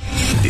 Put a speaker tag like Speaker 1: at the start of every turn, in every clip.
Speaker 1: The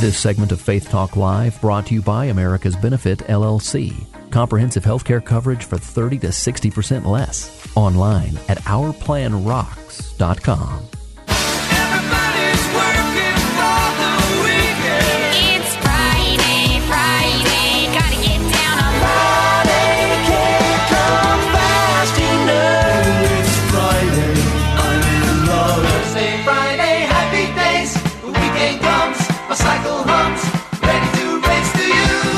Speaker 2: This segment of Faith Talk Live brought to you by America's Benefit LLC. Comprehensive healthcare coverage for 30 to 60% less. Online at ourplanrocks.com.
Speaker 3: Everybody's working for the weekend.
Speaker 4: It's Friday, Friday, gotta get down on
Speaker 3: Friday can't come fast enough. It's Friday, I'm in love. Thursday, Friday, happy days. The weekend comes, my cycle hums, ready to race to you.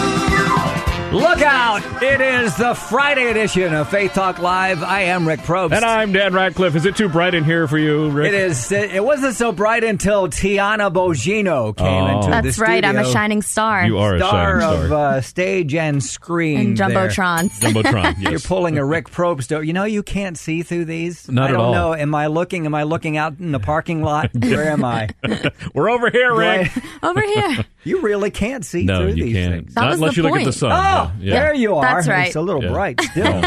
Speaker 5: Look out! It is the Friday edition of Faith Talk Live. I am Rick Probst.
Speaker 6: And I'm Dan Radcliffe. Is it too bright in here for you, Rick?
Speaker 5: it is. It wasn't so bright until Tiana Bogino came
Speaker 6: Oh.
Speaker 5: into
Speaker 7: That's
Speaker 5: the
Speaker 7: right. I'm a
Speaker 5: studio.
Speaker 7: shining star.
Speaker 6: You are a
Speaker 5: star
Speaker 6: shining star.
Speaker 5: of uh, stage and screen
Speaker 7: And
Speaker 5: there.
Speaker 7: jumbotrons.
Speaker 6: Jumbotron. Yes.
Speaker 5: You're pulling a Rick Probst. o- You know you can't see through these.
Speaker 6: Not
Speaker 5: I
Speaker 6: at
Speaker 5: don't
Speaker 6: all.
Speaker 5: know. Am I looking? Am I looking out in the parking lot? Where am I?
Speaker 6: We're over here, Rick.
Speaker 5: Right.
Speaker 7: Over here.
Speaker 5: You really can't see
Speaker 6: No,
Speaker 5: through
Speaker 6: you
Speaker 5: these
Speaker 6: can't.
Speaker 5: things.
Speaker 7: That
Speaker 6: Not
Speaker 7: was
Speaker 6: unless
Speaker 7: the
Speaker 6: you look at the
Speaker 7: point.
Speaker 6: sun.
Speaker 5: Oh,
Speaker 6: yeah.
Speaker 5: there you are.
Speaker 7: That's right.
Speaker 5: It's a little
Speaker 6: Yeah.
Speaker 5: bright still.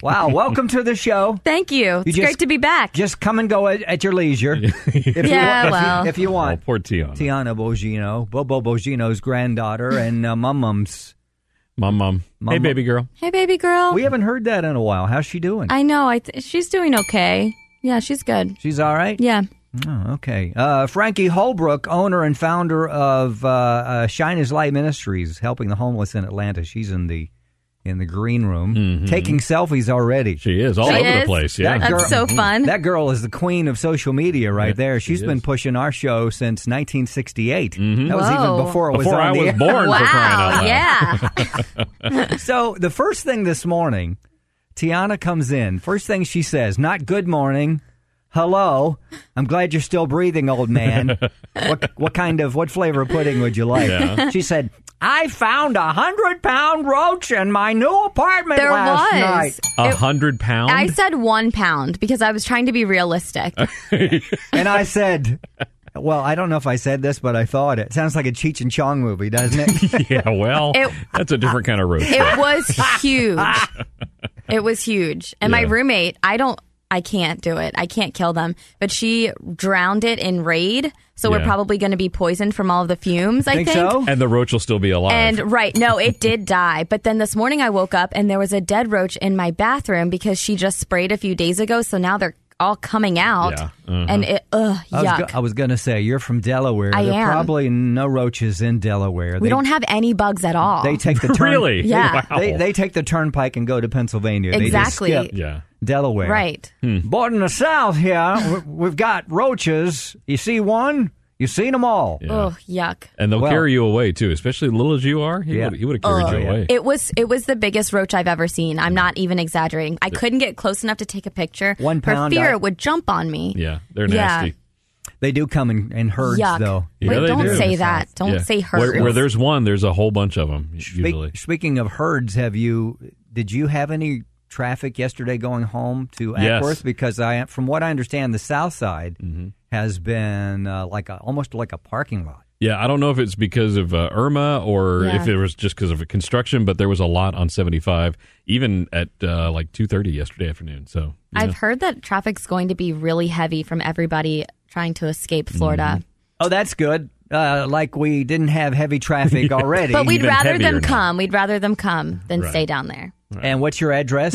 Speaker 5: wow. Welcome to the show.
Speaker 7: Thank you. It's
Speaker 5: You just-
Speaker 7: great to be back.
Speaker 5: Just come and go at, at your leisure. if
Speaker 7: Yeah,
Speaker 5: you want,
Speaker 7: well.
Speaker 5: if you
Speaker 6: Oh,
Speaker 5: want.
Speaker 6: poor Tiana.
Speaker 5: Tiana Bogino, Bobo Bogino's granddaughter, and uh, Mum Mum's.
Speaker 6: Mom, mom.
Speaker 5: Mom,
Speaker 6: Hey,
Speaker 5: mom.
Speaker 6: baby girl.
Speaker 7: hey, baby girl.
Speaker 5: We haven't heard that in a while. How's she doing?
Speaker 7: I know. I th- she's doing okay. Yeah, she's good.
Speaker 5: She's all right.
Speaker 7: Yeah.
Speaker 5: Oh, okay. Uh, Frankie Holbrook, owner and founder of uh, uh, Shine His Light Ministries, helping the homeless in Atlanta. She's in the in the green room taking selfies already.
Speaker 6: Mm-hmm. She is all
Speaker 7: She
Speaker 6: over the
Speaker 7: is?
Speaker 6: place. Yeah.
Speaker 5: That girl-
Speaker 7: That's so fun.
Speaker 5: That girl is the queen of social media right
Speaker 6: Yeah,
Speaker 5: there.
Speaker 6: she
Speaker 5: She's been
Speaker 6: is. Mm-hmm.
Speaker 5: pushing our show since 1968. That was
Speaker 7: Whoa.
Speaker 5: even before it was
Speaker 6: Before
Speaker 5: on
Speaker 6: I
Speaker 5: the
Speaker 6: was
Speaker 5: air.
Speaker 6: born, for crying out
Speaker 7: wow.
Speaker 6: loud.
Speaker 7: Yeah.
Speaker 5: So the first thing this morning, Tiana comes in. First thing she says, not good morning. Hello. I'm glad you're still breathing, old man. what what kind of what flavor of pudding would you like? She said, I found a hundred pound roach in my new apartment
Speaker 7: there
Speaker 5: last
Speaker 7: was.
Speaker 5: night.
Speaker 6: A hundred pounds.
Speaker 7: I said one pound because I was trying to be realistic.
Speaker 5: And I said Well, I don't know if I said this, but I thought it. Sounds like a Cheech and Chong movie, doesn't it?
Speaker 6: yeah. Well,
Speaker 7: It-
Speaker 6: that's a different kind of road. trip.
Speaker 7: It was huge. it was huge. And my
Speaker 6: Yeah.
Speaker 7: roommate, I don't, I can't do it. I can't kill them. But she drowned it in Raid. So we're
Speaker 6: Yeah.
Speaker 7: probably going to be poisoned from all of the fumes, I
Speaker 5: Think so?
Speaker 6: and the roach will still be alive.
Speaker 7: And right, no, it did die. But then this morning I woke up and there was a dead roach in my bathroom because she just sprayed a few days ago. So now they're all coming out.
Speaker 6: Yeah, uh-huh.
Speaker 7: And it, ugh,
Speaker 5: I was,
Speaker 7: yuck.
Speaker 5: go- I was gonna say you're from Delaware.
Speaker 7: I
Speaker 5: there
Speaker 7: am.
Speaker 5: probably no roaches in Delaware.
Speaker 7: we
Speaker 5: They-
Speaker 7: don't have any bugs at all.
Speaker 5: they take the turn-
Speaker 6: really?
Speaker 7: Yeah.
Speaker 6: Wow.
Speaker 5: They, they take the turnpike and go to Pennsylvania.
Speaker 7: Exactly.
Speaker 5: They just skip
Speaker 6: yeah. Hmm.
Speaker 5: Delaware.
Speaker 7: right.
Speaker 5: But in the South here, we- we've got roaches. You see one, you've seen them all.
Speaker 6: Yeah.
Speaker 7: Oh, yuck.
Speaker 6: And they'll
Speaker 5: Well-
Speaker 6: carry you away too, especially little as you are. He
Speaker 5: Yeah.
Speaker 6: would he would have carried
Speaker 7: Oh,
Speaker 6: you
Speaker 5: yeah.
Speaker 6: away.
Speaker 7: It was it was the biggest roach I've ever seen. I'm not even exaggerating. I couldn't get close enough to take a picture.
Speaker 5: One pound, uh,
Speaker 7: For fear
Speaker 5: I-
Speaker 7: it would jump on me.
Speaker 6: yeah, they're
Speaker 7: Yeah.
Speaker 6: nasty.
Speaker 5: They do come in, in herds,
Speaker 7: Yuck.
Speaker 5: though.
Speaker 6: Yeah,
Speaker 7: Wait,
Speaker 6: they
Speaker 7: don't
Speaker 6: do.
Speaker 7: say that. Don't
Speaker 6: Yeah.
Speaker 7: say hurt.
Speaker 6: Where, where there's one, there's a whole bunch of them
Speaker 5: Speak-
Speaker 6: usually.
Speaker 5: speaking of herds, have you? Did you have any traffic yesterday going home to
Speaker 6: Yes. Mm-hmm.
Speaker 5: Ackworth? Because I, from what I understand, the South Side has been uh, like a, almost like a parking lot.
Speaker 6: Yeah, I don't know if it's because of uh, Irma or
Speaker 7: Yeah.
Speaker 6: if it was just because of construction, but there was a lot on 75, even at uh, like 2:30 yesterday afternoon. So yeah.
Speaker 7: I've heard that traffic's going to be really heavy from everybody trying to escape Florida.
Speaker 5: Oh, that's good. Uh, like we didn't have heavy traffic already.
Speaker 7: But we'd
Speaker 6: Even
Speaker 7: rather
Speaker 6: heavier
Speaker 7: them
Speaker 6: now.
Speaker 7: come. We'd rather them come than
Speaker 6: Right.
Speaker 7: stay down there.
Speaker 5: and what's your address?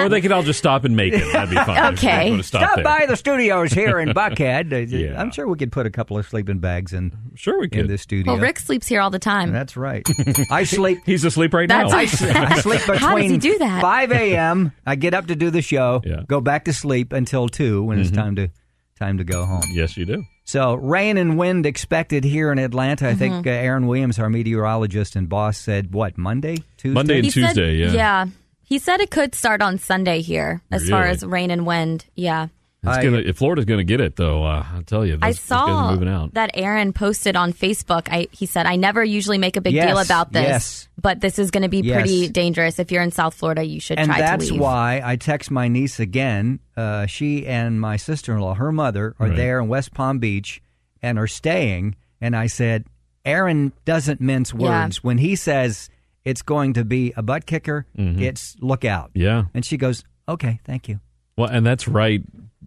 Speaker 6: or they could all just stop and make it. That'd be fine.
Speaker 7: Okay.
Speaker 6: Everybody would've stopped
Speaker 5: Stop
Speaker 6: there.
Speaker 5: by the studios here in Buckhead. Uh,
Speaker 6: Yeah.
Speaker 5: I'm sure we could put a couple of sleeping bags in
Speaker 6: Sure, we
Speaker 5: in
Speaker 6: could.
Speaker 5: the studio.
Speaker 7: Well, Rick sleeps here all the time.
Speaker 5: That's right. I sleep.
Speaker 6: He's asleep right
Speaker 7: That's
Speaker 6: now.
Speaker 7: I
Speaker 5: I sleep between
Speaker 7: How does he do that?
Speaker 5: 5 a.m. I get up to do the show,
Speaker 6: Yeah. Mm-hmm.
Speaker 5: go back to sleep until 2 when it's time to time to go home.
Speaker 6: yes, you do.
Speaker 5: So, rain and wind expected here in Atlanta. I think
Speaker 7: Mm-hmm.
Speaker 5: uh, Aaron Williams, our meteorologist and boss said what, Monday, Tuesday?
Speaker 6: Monday and Tuesday,
Speaker 7: said,
Speaker 6: yeah.
Speaker 7: He said it could start on Sunday here as far
Speaker 6: Really?
Speaker 7: as rain and wind. Yeah.
Speaker 6: It's
Speaker 5: I-
Speaker 6: gonna, if Florida's going to get it, though, uh, I'll tell you. Those,
Speaker 7: I
Speaker 6: those guys
Speaker 7: saw
Speaker 6: are moving out.
Speaker 7: that Aaron posted on Facebook. I, he said, I never usually make a big
Speaker 5: Yes,
Speaker 7: deal about this,
Speaker 5: yes.
Speaker 7: but this is going to be
Speaker 5: Yes.
Speaker 7: pretty dangerous. If you're in South Florida, you should
Speaker 5: and
Speaker 7: try
Speaker 5: that's
Speaker 7: to leave.
Speaker 5: why I text my niece again. Uh, she and my sister in law, her mother, are
Speaker 6: Right.
Speaker 5: there in West Palm Beach and are staying. And I said, Aaron doesn't mince
Speaker 7: Yeah.
Speaker 5: words. When he says it's going to be a butt kicker, it's look out.
Speaker 6: Mm-hmm. yeah.
Speaker 5: And she goes, okay, thank you.
Speaker 6: Well, and that's right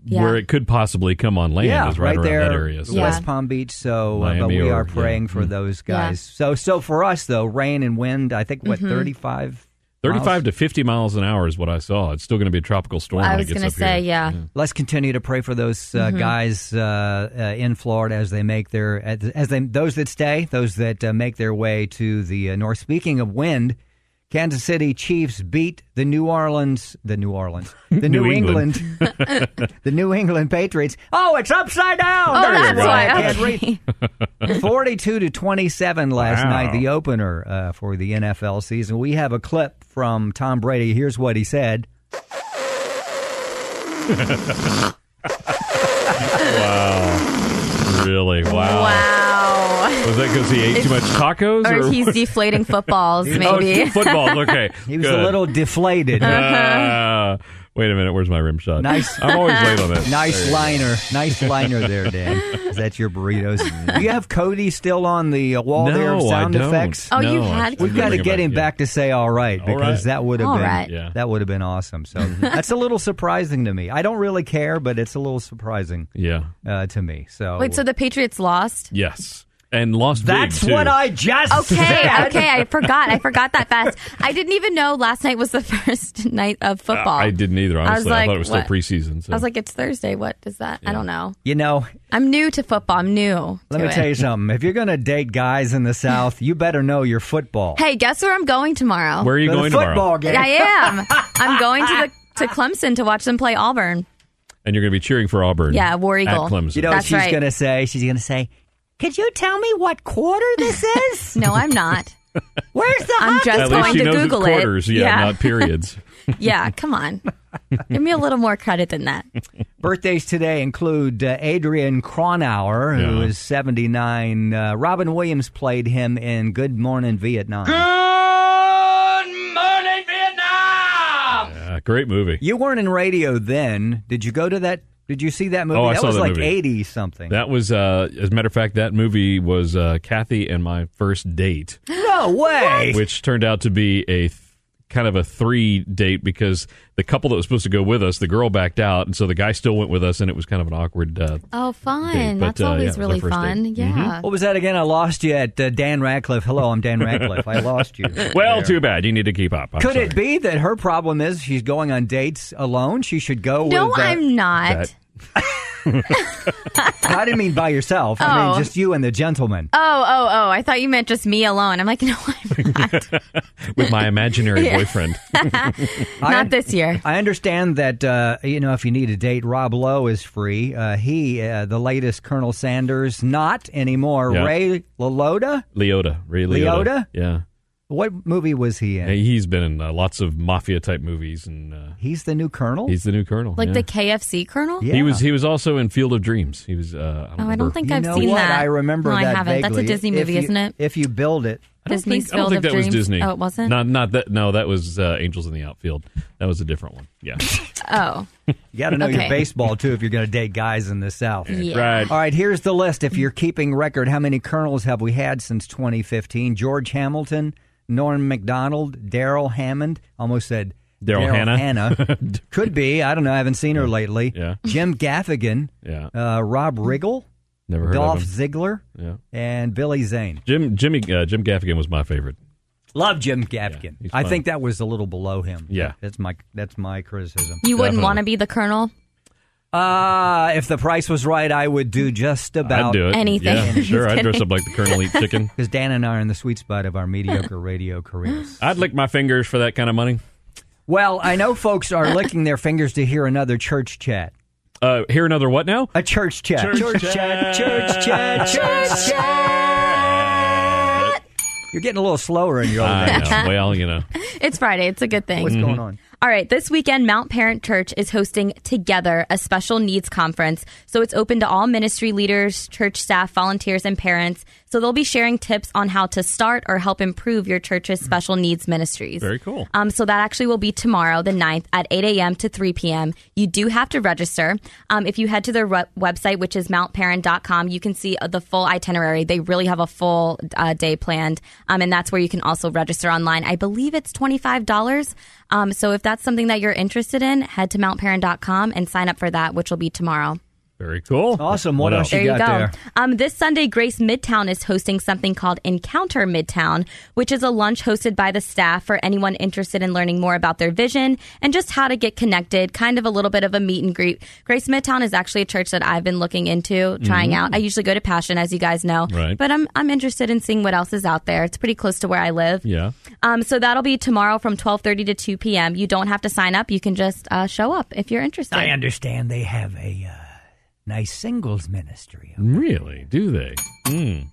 Speaker 7: Yeah.
Speaker 6: where it could possibly come on land
Speaker 5: yeah,
Speaker 6: is right, around
Speaker 5: there,
Speaker 6: that area. So.
Speaker 5: West
Speaker 7: Yeah.
Speaker 5: Palm Beach. So, uh, but
Speaker 6: Miami
Speaker 5: we
Speaker 6: or-
Speaker 5: are
Speaker 6: yeah.
Speaker 5: praying for
Speaker 6: Mm.
Speaker 5: those
Speaker 7: Yeah. Mm-hmm.
Speaker 5: guys. So, so for us though, rain and wind. I think what thirty-five.
Speaker 6: 35
Speaker 5: miles?
Speaker 6: to 50 miles an hour is what I saw. It's still going to be a tropical storm
Speaker 7: I
Speaker 6: when
Speaker 7: was
Speaker 6: it gets
Speaker 7: going to
Speaker 6: up
Speaker 7: say,
Speaker 6: here.
Speaker 7: yeah.
Speaker 5: Let's continue to pray for those uh, guys uh, uh, in Florida as they make their as as they those that stay, those that uh, make their way to the uh, north. Speaking of wind, Kansas City Chiefs beat the New Orleans, the New Orleans, the
Speaker 6: New
Speaker 5: New,
Speaker 6: England.
Speaker 5: England, the New England Patriots. Oh, it's upside down.
Speaker 7: Oh,
Speaker 5: There you
Speaker 7: that's
Speaker 5: go. I
Speaker 7: why.
Speaker 5: can't read.
Speaker 7: Okay.
Speaker 5: 42 to 27 last
Speaker 6: Wow.
Speaker 5: night, the opener uh, for the NFL season. We have a clip from Tom Brady. Here's what he said.
Speaker 6: Really? Wow.
Speaker 7: Wow.
Speaker 6: Was that because he ate too much tacos? Or,
Speaker 7: Or he's deflating footballs,
Speaker 6: Oh, it's
Speaker 7: maybe.
Speaker 6: footballs. Okay.
Speaker 5: He was
Speaker 6: Good.
Speaker 5: a little deflated.
Speaker 6: Ah, wait a minute. Where's my rim shot?
Speaker 5: Nice.
Speaker 6: I'm always late on that.
Speaker 5: Nice liner. Nice liner there, Dan. Is that your burritos? Do you have Cody still on the uh, wall
Speaker 6: no,
Speaker 5: there of sound
Speaker 6: I don't.
Speaker 5: effects?
Speaker 7: Oh, you
Speaker 6: No,
Speaker 7: had-
Speaker 6: actually,
Speaker 5: We've
Speaker 6: didn't
Speaker 5: got to
Speaker 6: think
Speaker 5: get
Speaker 6: about
Speaker 5: him
Speaker 6: it.
Speaker 5: back to say all right
Speaker 6: All
Speaker 5: because
Speaker 6: right.
Speaker 5: that would have
Speaker 7: All
Speaker 5: been
Speaker 7: right.
Speaker 6: Yeah.
Speaker 5: that would have been awesome. So that's a little surprising to me. I don't really care, but it's a little surprising
Speaker 6: Yeah.
Speaker 5: uh, to me. So
Speaker 7: Wait, so the Patriots lost?
Speaker 6: Yes. And lost. big,
Speaker 5: that's
Speaker 6: too.
Speaker 5: what I just
Speaker 7: Okay,
Speaker 5: said.
Speaker 7: okay, I forgot. I forgot that fast. I didn't even know last night was the first night of football.
Speaker 6: Uh, I didn't either.
Speaker 7: I was
Speaker 6: Honestly, I,
Speaker 7: like,
Speaker 6: thought it was still
Speaker 7: what?
Speaker 6: preseason. So.
Speaker 7: I was like, it's Thursday. What is that? I don't know.
Speaker 5: You know,
Speaker 7: I'm new to football. I'm new.
Speaker 5: Let
Speaker 7: to
Speaker 5: me
Speaker 7: it.
Speaker 5: tell you something. If you're going to date guys in the South, you better know your football.
Speaker 7: Hey, guess where I'm going tomorrow?
Speaker 6: where are you
Speaker 5: For the
Speaker 6: going
Speaker 5: football
Speaker 6: tomorrow?
Speaker 5: game.
Speaker 7: I am. I'm going to the to Clemson to watch them play Auburn.
Speaker 6: And you're going to be cheering for Auburn.
Speaker 7: Yeah, War Eagle.
Speaker 6: At Clemson.
Speaker 5: You know what
Speaker 7: That's
Speaker 5: she's
Speaker 7: right.
Speaker 5: going to say? She's going to say, "Could you tell me what quarter this is?
Speaker 7: No, I'm not.
Speaker 5: Where's the
Speaker 7: I'm
Speaker 5: hockey
Speaker 7: just
Speaker 6: At least
Speaker 7: going
Speaker 6: she
Speaker 7: to
Speaker 6: knows
Speaker 7: Google
Speaker 6: it's quarters.
Speaker 7: it.
Speaker 6: Yeah,
Speaker 7: yeah,
Speaker 6: not periods.
Speaker 7: yeah. Come on, give me a little more credit than that.
Speaker 5: Birthdays today include uh, Adrian Cronauer, who
Speaker 6: Yeah.
Speaker 5: is 79. Uh, Robin Williams played him in Good Morning Vietnam.
Speaker 6: Yeah, Uh, great movie.
Speaker 5: You weren't in radio then. Did you go to that? Did you see that movie?
Speaker 6: Oh, I
Speaker 5: that
Speaker 6: saw
Speaker 5: was
Speaker 6: that
Speaker 5: like
Speaker 6: movie.
Speaker 5: 80 something.
Speaker 6: That was, uh, as a matter of fact, that movie was uh, Kathy and my first date,
Speaker 5: no way.
Speaker 6: which turned out to be a th- kind of a three date because the couple that was supposed to go with us, the girl backed out, and so the guy still went with us, and it was kind of an awkward. Uh,
Speaker 7: Oh, fun.
Speaker 6: Okay, but,
Speaker 7: That's
Speaker 6: uh, yeah, it
Speaker 7: always
Speaker 6: was our
Speaker 7: really
Speaker 6: first
Speaker 7: fun.
Speaker 6: date. Mm-hmm.
Speaker 7: Yeah.
Speaker 5: What was that again? I lost you at uh, Dan Radcliffe. Hello, I'm Dan Radcliffe. I lost you.
Speaker 6: well,
Speaker 5: There.
Speaker 6: too bad. You need to keep up. I'm
Speaker 5: Could
Speaker 6: sorry.
Speaker 5: it be that her problem is she's going on dates alone? She should go
Speaker 7: No,
Speaker 5: with. uh,
Speaker 7: I'm not.
Speaker 6: that-
Speaker 5: I didn't mean by yourself. I mean
Speaker 7: Oh.
Speaker 5: just you and the gentleman.
Speaker 7: Oh, oh, oh! I thought you meant just me alone. I'm like, no, I'm not.
Speaker 6: with my imaginary boyfriend?
Speaker 7: not this year.
Speaker 5: I understand that uh, you know if you need a date, Rob Lowe is free. Uh, he, uh, the latest Colonel Sanders, not anymore.
Speaker 6: Yeah.
Speaker 5: Ray LaLoda.
Speaker 6: Leota, Ray Liotta.
Speaker 5: Liotta?
Speaker 6: Yeah.
Speaker 5: What movie was he in?
Speaker 6: Hey, he's been in uh, lots of mafia type movies, and uh,
Speaker 5: He's the new Colonel.
Speaker 6: he's the new colonel.
Speaker 7: Like
Speaker 6: yeah.
Speaker 7: the KFC Colonel.
Speaker 5: Yeah.
Speaker 6: He was he was also in Field of Dreams. He was. Uh, I
Speaker 7: Oh,
Speaker 6: don't
Speaker 7: I
Speaker 6: remember.
Speaker 7: don't think
Speaker 5: You
Speaker 7: I've
Speaker 5: know
Speaker 7: seen
Speaker 5: what?
Speaker 7: that.
Speaker 5: I remember
Speaker 7: no,
Speaker 5: that
Speaker 7: I haven't. That's a
Speaker 5: vaguely.
Speaker 7: Disney
Speaker 5: If
Speaker 7: movie,
Speaker 5: you-
Speaker 7: isn't it?
Speaker 5: If you build it,
Speaker 7: Disney's
Speaker 6: I don't
Speaker 7: Field
Speaker 6: think
Speaker 7: of
Speaker 6: that
Speaker 7: Dreams.
Speaker 6: was Disney.
Speaker 7: Oh, it wasn't.
Speaker 6: Not not that. No, that was uh, Angels in the Outfield. That was a different one. Yeah.
Speaker 7: Oh,
Speaker 5: you got to know your
Speaker 7: Okay.
Speaker 5: baseball too if you're going to date guys in the South.
Speaker 7: yeah.
Speaker 5: All right, here's the list. If you're keeping record, how many colonels have we had since 2015? George Hamilton, Norm McDonald, Daryl Hammond. Almost said
Speaker 6: Daryl Hannah.
Speaker 5: Hannah. Could be. I don't know. I haven't seen her lately.
Speaker 6: Yeah.
Speaker 5: Jim Gaffigan,
Speaker 6: Yeah.
Speaker 5: uh, Rob Riggle,
Speaker 6: Never heard
Speaker 5: Dolph
Speaker 6: of him.
Speaker 5: Ziggler,
Speaker 6: Yeah.
Speaker 5: and Billy Zane.
Speaker 6: Jim Jimmy uh, Jim Gaffigan was my favorite.
Speaker 5: Love Jim Gaffigan.
Speaker 6: he's
Speaker 5: I
Speaker 6: fun.
Speaker 5: think that was a little below him.
Speaker 6: Yeah.
Speaker 5: That's my that's my criticism.
Speaker 7: You wouldn't
Speaker 6: Definitely.
Speaker 7: want to be the Colonel.
Speaker 5: Uh, if the price was right, I would do just about
Speaker 6: I'd do it.
Speaker 7: anything.
Speaker 6: Yeah,
Speaker 7: Just
Speaker 6: sure. I'd dress up like the Colonel Eat Chicken.
Speaker 5: Because Dan and I are in the sweet spot of our mediocre radio careers.
Speaker 6: I'd lick my fingers for that kind of money.
Speaker 5: Well, I know folks are licking their fingers to hear another church chat.
Speaker 6: Uh, hear another what now?
Speaker 5: A church chat. Church, chat. Church chat. Church chat. You're getting a little slower in your.
Speaker 6: I know. Well, you know.
Speaker 7: It's Friday. It's a good thing.
Speaker 8: Mm-hmm.
Speaker 5: What's going on?
Speaker 6: All right, this weekend, Mount Parent Church is hosting Together, a special needs conference. So it's open to all ministry leaders, church staff, volunteers, and parents. So they'll be sharing tips on how to start or help improve your church's special needs ministries.
Speaker 8: Mm. Very cool.
Speaker 6: Um, so that actually will be tomorrow, the 9th, at 8 a.m. to 3 p.m. You do have to register. Um, if you head to their re- website, which is mountparent.com, you can see uh, the full itinerary. They really have a full uh, day planned, um, and that's where you can also register online. I believe it's $25. Um, so if that's something that you're interested in, head to mountparent.com and sign up for that, which will be tomorrow.
Speaker 8: Very cool.
Speaker 5: Awesome. What else
Speaker 6: There
Speaker 5: you
Speaker 6: you
Speaker 5: got
Speaker 6: go.
Speaker 5: there?
Speaker 6: Um, this Sunday, Grace Midtown is hosting something called Encounter Midtown, which is a lunch hosted by the staff for anyone interested in learning more about their vision and just how to get connected, kind of a little bit of a meet and greet. Grace Midtown is actually a church that I've been looking into, trying out. I usually go to Passion, as you guys know,
Speaker 8: Mm-hmm. Right.
Speaker 6: but I'm, I'm interested in seeing what else is out there. It's pretty close to where I live.
Speaker 8: Yeah.
Speaker 6: Um, so that'll be tomorrow from 1230 to 2 p.m. You don't have to sign up. You can just uh, show up if you're interested.
Speaker 5: I understand they have a uh, nice singles ministry.
Speaker 8: Really? Do they? Mm.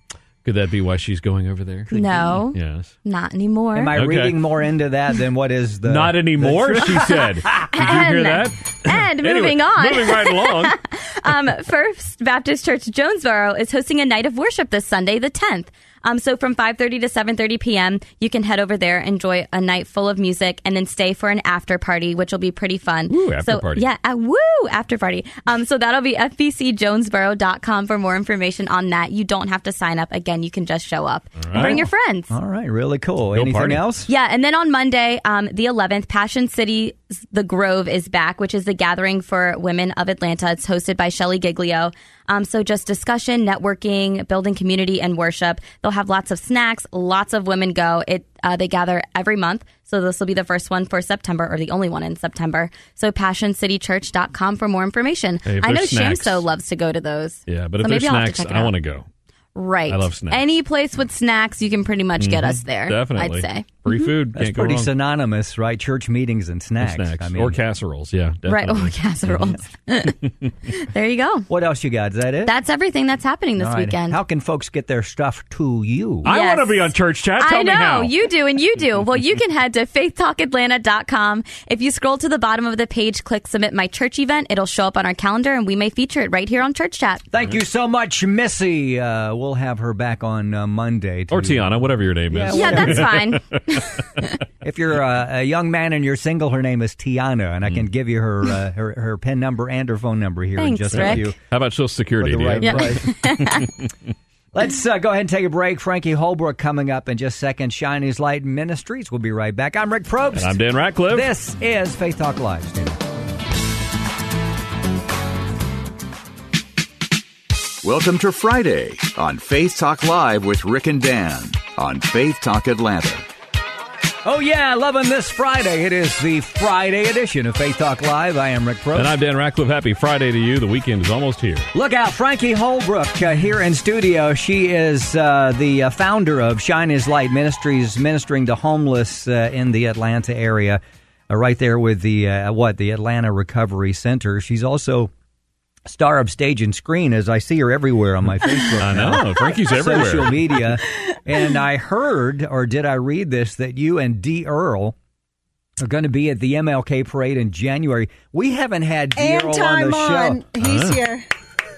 Speaker 8: Could that be why she's going over there?
Speaker 6: No,
Speaker 8: Yes.
Speaker 6: not anymore.
Speaker 5: Am I
Speaker 8: Okay.
Speaker 5: reading more into that than what is the?
Speaker 8: Not anymore, she said. Did you hear
Speaker 6: uh, And-
Speaker 8: that?
Speaker 6: and
Speaker 8: Anyway,
Speaker 6: moving on.
Speaker 8: Moving right along.
Speaker 6: um, First Baptist Church Jonesboro is hosting a night of worship this Sunday, the 10th. Um, so from 5:30 to 7:30 p.m., you can head over there, enjoy a night full of music, and then stay for an after party, which will be pretty fun.
Speaker 8: Ooh, after
Speaker 6: so,
Speaker 8: party.
Speaker 6: Yeah, uh, woo, after party. Um, so that'll be fbcjonesboro.com for more information on that. You don't have to sign up. Again, you can just show up. And bring your friends.
Speaker 5: All right, really cool.
Speaker 8: Go
Speaker 5: Anything
Speaker 8: party.
Speaker 5: else?
Speaker 6: Yeah, and then on Monday, um, the 11th, Passion City The Grove is back, which is the gathering for women of Atlanta. It's hosted by Shelly Giglio. Um, so just discussion, networking, building community, and worship. They'll have lots of snacks. Lots of women go. It uh, they gather every month. So this will be the first one for September, or the only one in September. So PassionCityChurch.com for more information.
Speaker 8: Hey, if
Speaker 6: I know
Speaker 8: there's snacks-
Speaker 6: Shamso loves to go to those.
Speaker 8: Yeah, but
Speaker 6: So
Speaker 8: if there's
Speaker 6: maybe I'll have to
Speaker 8: snacks,
Speaker 6: check it
Speaker 8: I
Speaker 6: out.
Speaker 8: want to go.
Speaker 6: Right.
Speaker 8: I love snacks. Mm-hmm.
Speaker 6: Any place with snacks, you can pretty much get us there.
Speaker 8: Definitely.
Speaker 6: I'd say.
Speaker 8: Free food.
Speaker 5: That's
Speaker 8: can't go
Speaker 5: pretty
Speaker 8: wrong.
Speaker 5: synonymous, right? Church meetings and snacks.
Speaker 8: Snacks.
Speaker 5: I mean,
Speaker 8: or casseroles. Yeah.
Speaker 6: Right,
Speaker 8: definitely.
Speaker 6: or casseroles. there you go.
Speaker 5: what else you got? Is that it?
Speaker 6: That's everything that's happening this
Speaker 5: All right.
Speaker 6: weekend.
Speaker 5: How can folks get their stuff to you?
Speaker 8: I
Speaker 6: Yes.
Speaker 8: want to be on church chat. Tell
Speaker 6: I
Speaker 8: me how.
Speaker 6: know you do, and you do. Well, you can head to faithtalkatlanta.com. If you scroll to the bottom of the page, click submit my church event. It'll show up on our calendar, and we may feature it right here on Church Chat.
Speaker 5: Thank
Speaker 8: Mm-hmm.
Speaker 5: you so much, Missy. Uh, we'll have her back on uh, Monday. to-
Speaker 8: or Tiana, whatever your name is.
Speaker 6: Yeah, that's fine.
Speaker 5: If you're a, a young man and you're single, her name is Tiana, and I
Speaker 8: Mm.
Speaker 5: can give you her uh, her, her pin number and her phone number here in
Speaker 6: Thanks,
Speaker 5: just
Speaker 6: Rick.
Speaker 5: a few.
Speaker 8: How about social
Speaker 5: for
Speaker 8: security?
Speaker 5: the
Speaker 8: do you?
Speaker 5: right price. Let's uh, go ahead and take a break. Frankie Holbrook coming up in just a second. Shiny's Light Ministries. We'll be right back. I'm Rick Probst.
Speaker 8: And I'm Dan Ratcliffe.
Speaker 5: This is Faith Talk Live. Stay tuned.
Speaker 9: Welcome to Friday on Faith Talk Live with Rick and Dan on Faith Talk Atlanta.
Speaker 5: Oh yeah, loving this Friday. It is the Friday edition of Faith Talk Live. I am Rick Probst.
Speaker 8: And I'm Dan Ratcliffe. Happy Friday to you. The weekend is almost here.
Speaker 5: Look out, Frankie Holbrook uh, here in studio. She is uh, the uh, founder of Shine His Light Ministries, ministering to homeless uh, in the Atlanta area, uh, right there with the uh, what the Atlanta Recovery Center. She's also star of stage and screen, as I see her everywhere on my Facebook.
Speaker 8: I know. Frankie's everywhere.
Speaker 5: Social media, and I heard, or did I read this, that you and D. Earl are going to be at the MLK parade in January. We haven't had D.
Speaker 7: And
Speaker 5: Earl on
Speaker 7: time
Speaker 5: the show.
Speaker 7: on. He's here.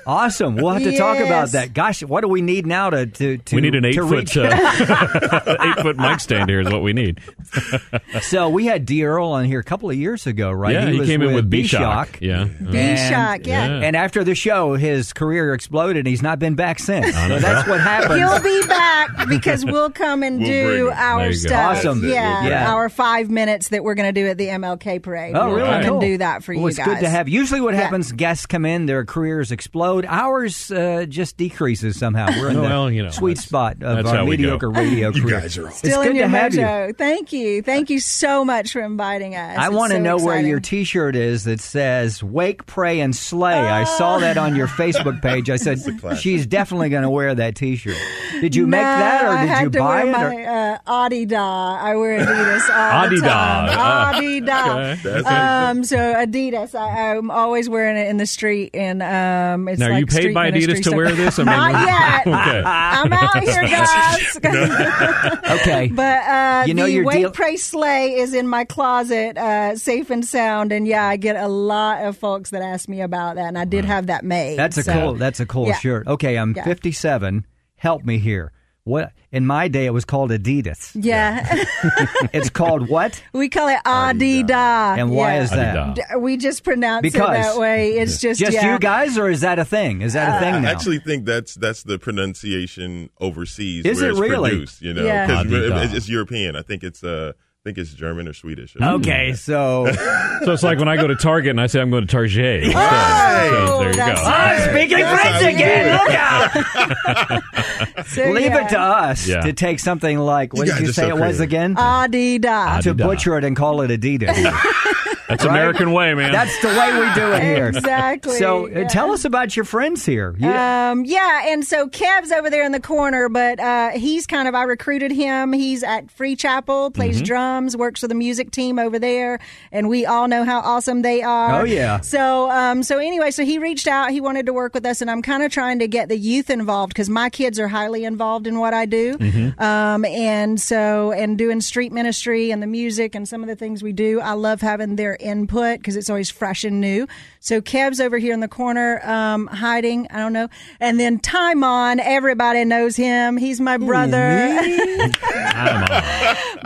Speaker 5: Awesome. We'll have to talk
Speaker 7: Yes.
Speaker 5: about that. Gosh, what do we need now to to, to
Speaker 8: we need an eight
Speaker 5: to
Speaker 8: foot
Speaker 5: reach?
Speaker 1: uh,
Speaker 8: uh, eight foot mic stand here is what we need.
Speaker 5: so we had D Earl on here a couple of years ago, right?
Speaker 8: Yeah, he,
Speaker 5: was
Speaker 8: came in with B
Speaker 5: B-Shock.
Speaker 8: shock. Yeah.
Speaker 7: Be
Speaker 5: And-
Speaker 7: shocked. Yeah.
Speaker 8: Yeah.
Speaker 5: And after the show, his career exploded, and he's not been back since. So that's what
Speaker 7: He'll
Speaker 5: happens.
Speaker 7: be back because we'll come and do
Speaker 8: There
Speaker 7: our
Speaker 8: you go.
Speaker 7: stuff.
Speaker 5: Awesome.
Speaker 7: Yeah,
Speaker 5: Yeah.
Speaker 7: Our five minutes that we're going to do at the MLK parade.
Speaker 5: Oh,
Speaker 7: we'll
Speaker 5: really?
Speaker 7: Come
Speaker 5: Cool.
Speaker 7: and do that for
Speaker 5: well,
Speaker 7: you
Speaker 5: it's
Speaker 7: guys.
Speaker 5: good to have. Usually, what
Speaker 7: Yeah.
Speaker 5: happens? Guests come in, their careers explode. Ours uh, just decreases somehow. We're in the
Speaker 8: Well, you know,
Speaker 5: sweet
Speaker 8: that's-
Speaker 5: spot of
Speaker 8: that's how
Speaker 5: our
Speaker 8: we go.
Speaker 5: mediocre radio career.
Speaker 7: Still
Speaker 5: it's
Speaker 7: in
Speaker 5: good
Speaker 7: your
Speaker 5: to have you.
Speaker 7: mojo. Thank you. Thank you so much for inviting us.
Speaker 5: I
Speaker 7: It's
Speaker 5: want to
Speaker 7: so
Speaker 5: know where
Speaker 7: exciting.
Speaker 5: your T-shirt is that says "Wake, Pray, and Slay." I saw that on your Facebook page. I said she's definitely going to wear that T-shirt. Did you make
Speaker 7: No,
Speaker 5: that, or
Speaker 7: I
Speaker 5: did
Speaker 7: had
Speaker 5: you
Speaker 7: to
Speaker 5: buy
Speaker 7: wear
Speaker 5: it? or-
Speaker 7: My, uh, Adidas. I wear Adidas all the
Speaker 8: Adidas. Ah.
Speaker 7: time. Adidas. Um, so Adidas. I, I'm always wearing it in the street, and um, it's
Speaker 1: Now, are
Speaker 6: like
Speaker 1: you paid
Speaker 6: street
Speaker 1: by
Speaker 6: ministry
Speaker 1: Adidas to
Speaker 6: stuff.
Speaker 1: wear this? I mean,
Speaker 6: Not yet.
Speaker 1: okay.
Speaker 6: I'm out here, guys.
Speaker 5: Okay.
Speaker 6: But uh,
Speaker 5: You know
Speaker 6: the
Speaker 5: your
Speaker 6: Wait,
Speaker 5: deal-
Speaker 6: Pray, Slay is in my closet, uh, safe and sound. And yeah, I get a lot of folks that ask me about that, and I did have that made.
Speaker 5: That's a
Speaker 6: so-
Speaker 5: cool. That's a cool
Speaker 6: Yeah.
Speaker 5: shirt. Okay, Uh-huh. uh, I'm
Speaker 6: Yeah.
Speaker 5: 57. Help me here. What in my day it was called Adidas.
Speaker 6: Yeah,
Speaker 5: it's called what?
Speaker 6: we call it Adidas.
Speaker 5: And why
Speaker 6: Uh, Yeah.
Speaker 5: is that?
Speaker 6: D- We just pronounce
Speaker 5: Because-
Speaker 6: it that way. It's just
Speaker 5: Just
Speaker 6: yeah. Uh,
Speaker 5: you guys, or is that a thing? Is that a thing now?
Speaker 7: I actually think that's that's the pronunciation overseas.
Speaker 5: Is
Speaker 7: where
Speaker 5: it
Speaker 7: it's
Speaker 5: really?
Speaker 7: Produced, you know,
Speaker 6: Yeah.
Speaker 7: because
Speaker 1: Adidas.
Speaker 7: it's, it's European. I think it's uh, I think it's German or Swedish. Mm.
Speaker 5: okay, so
Speaker 1: So it's like when I go to Target and I say I'm going to Target. instead. so there you go.
Speaker 6: that's
Speaker 5: I'm speaking
Speaker 7: That's how
Speaker 5: French
Speaker 7: we do
Speaker 5: again.
Speaker 7: it.
Speaker 5: Look out!
Speaker 6: So,
Speaker 5: Leave
Speaker 6: yeah.
Speaker 5: it to us
Speaker 1: Yeah.
Speaker 5: to take something like what
Speaker 7: You
Speaker 5: did
Speaker 7: guys
Speaker 5: you
Speaker 7: are
Speaker 5: say
Speaker 7: so
Speaker 5: it was
Speaker 7: creative.
Speaker 5: again?
Speaker 6: Adidas.
Speaker 5: to
Speaker 1: Adidas.
Speaker 5: butcher it and call it Adidas.
Speaker 1: That's American way, man.
Speaker 5: That's the way we do it here.
Speaker 6: Exactly.
Speaker 5: So uh,
Speaker 6: yeah.
Speaker 5: tell us about your friends here. You-
Speaker 6: Um, yeah, and so Kev's over there in the corner, but uh, he's kind of I recruited him. He's at Free Chapel, plays
Speaker 7: Mm-hmm.
Speaker 6: drums, works for the music team over there, and we all know how awesome they are.
Speaker 5: Oh, yeah.
Speaker 6: So um, so anyway, so he reached out. He wanted to work with us, and I'm kind of trying to get the youth involved because my kids are highly involved in what I do, um, and so and doing street ministry and the music and some of the things we do. I love having their input because it's always fresh and new. So Kev's over here in the corner um, hiding. I don't know, and then Timon. Everybody knows him. He's my brother.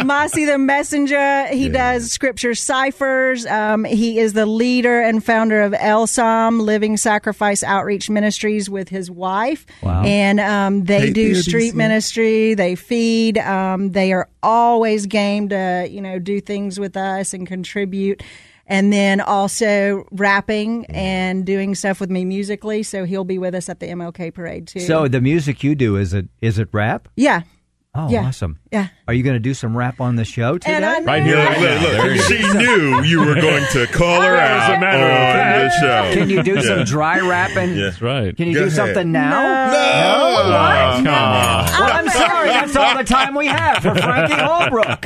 Speaker 6: Mossy the Messenger. He does scripture ciphers. Um, he is the leader and founder of El Sam Living Sacrifice Outreach Ministries with his wife. Wow. And um, they do street ministry. They feed. Um, they are always game to you know do things with us and contribute. And then also rapping and doing stuff with me musically. So he'll be with us at the MLK parade too.
Speaker 5: so the music you do is it is it rap?
Speaker 6: yeah,
Speaker 5: Oh,
Speaker 6: Yeah.
Speaker 5: awesome.
Speaker 6: yeah.
Speaker 5: Are you going to do some rap on the show today?
Speaker 6: And I
Speaker 1: right here.
Speaker 7: Look,
Speaker 1: right now.
Speaker 7: look, look.
Speaker 1: There you go.
Speaker 7: She knew you were going to call her
Speaker 1: As
Speaker 7: out
Speaker 1: a
Speaker 7: on
Speaker 1: matter of
Speaker 7: the
Speaker 1: fact.
Speaker 7: show.
Speaker 5: Can you do some
Speaker 7: Yeah.
Speaker 5: dry rapping?
Speaker 7: Yeah.
Speaker 1: That's right.
Speaker 5: Can you
Speaker 7: Go
Speaker 5: do
Speaker 7: ahead.
Speaker 5: something now?
Speaker 7: Oh,
Speaker 1: Come on.
Speaker 5: Well, I'm sorry. That's all the time we have for Frankie Holbrook.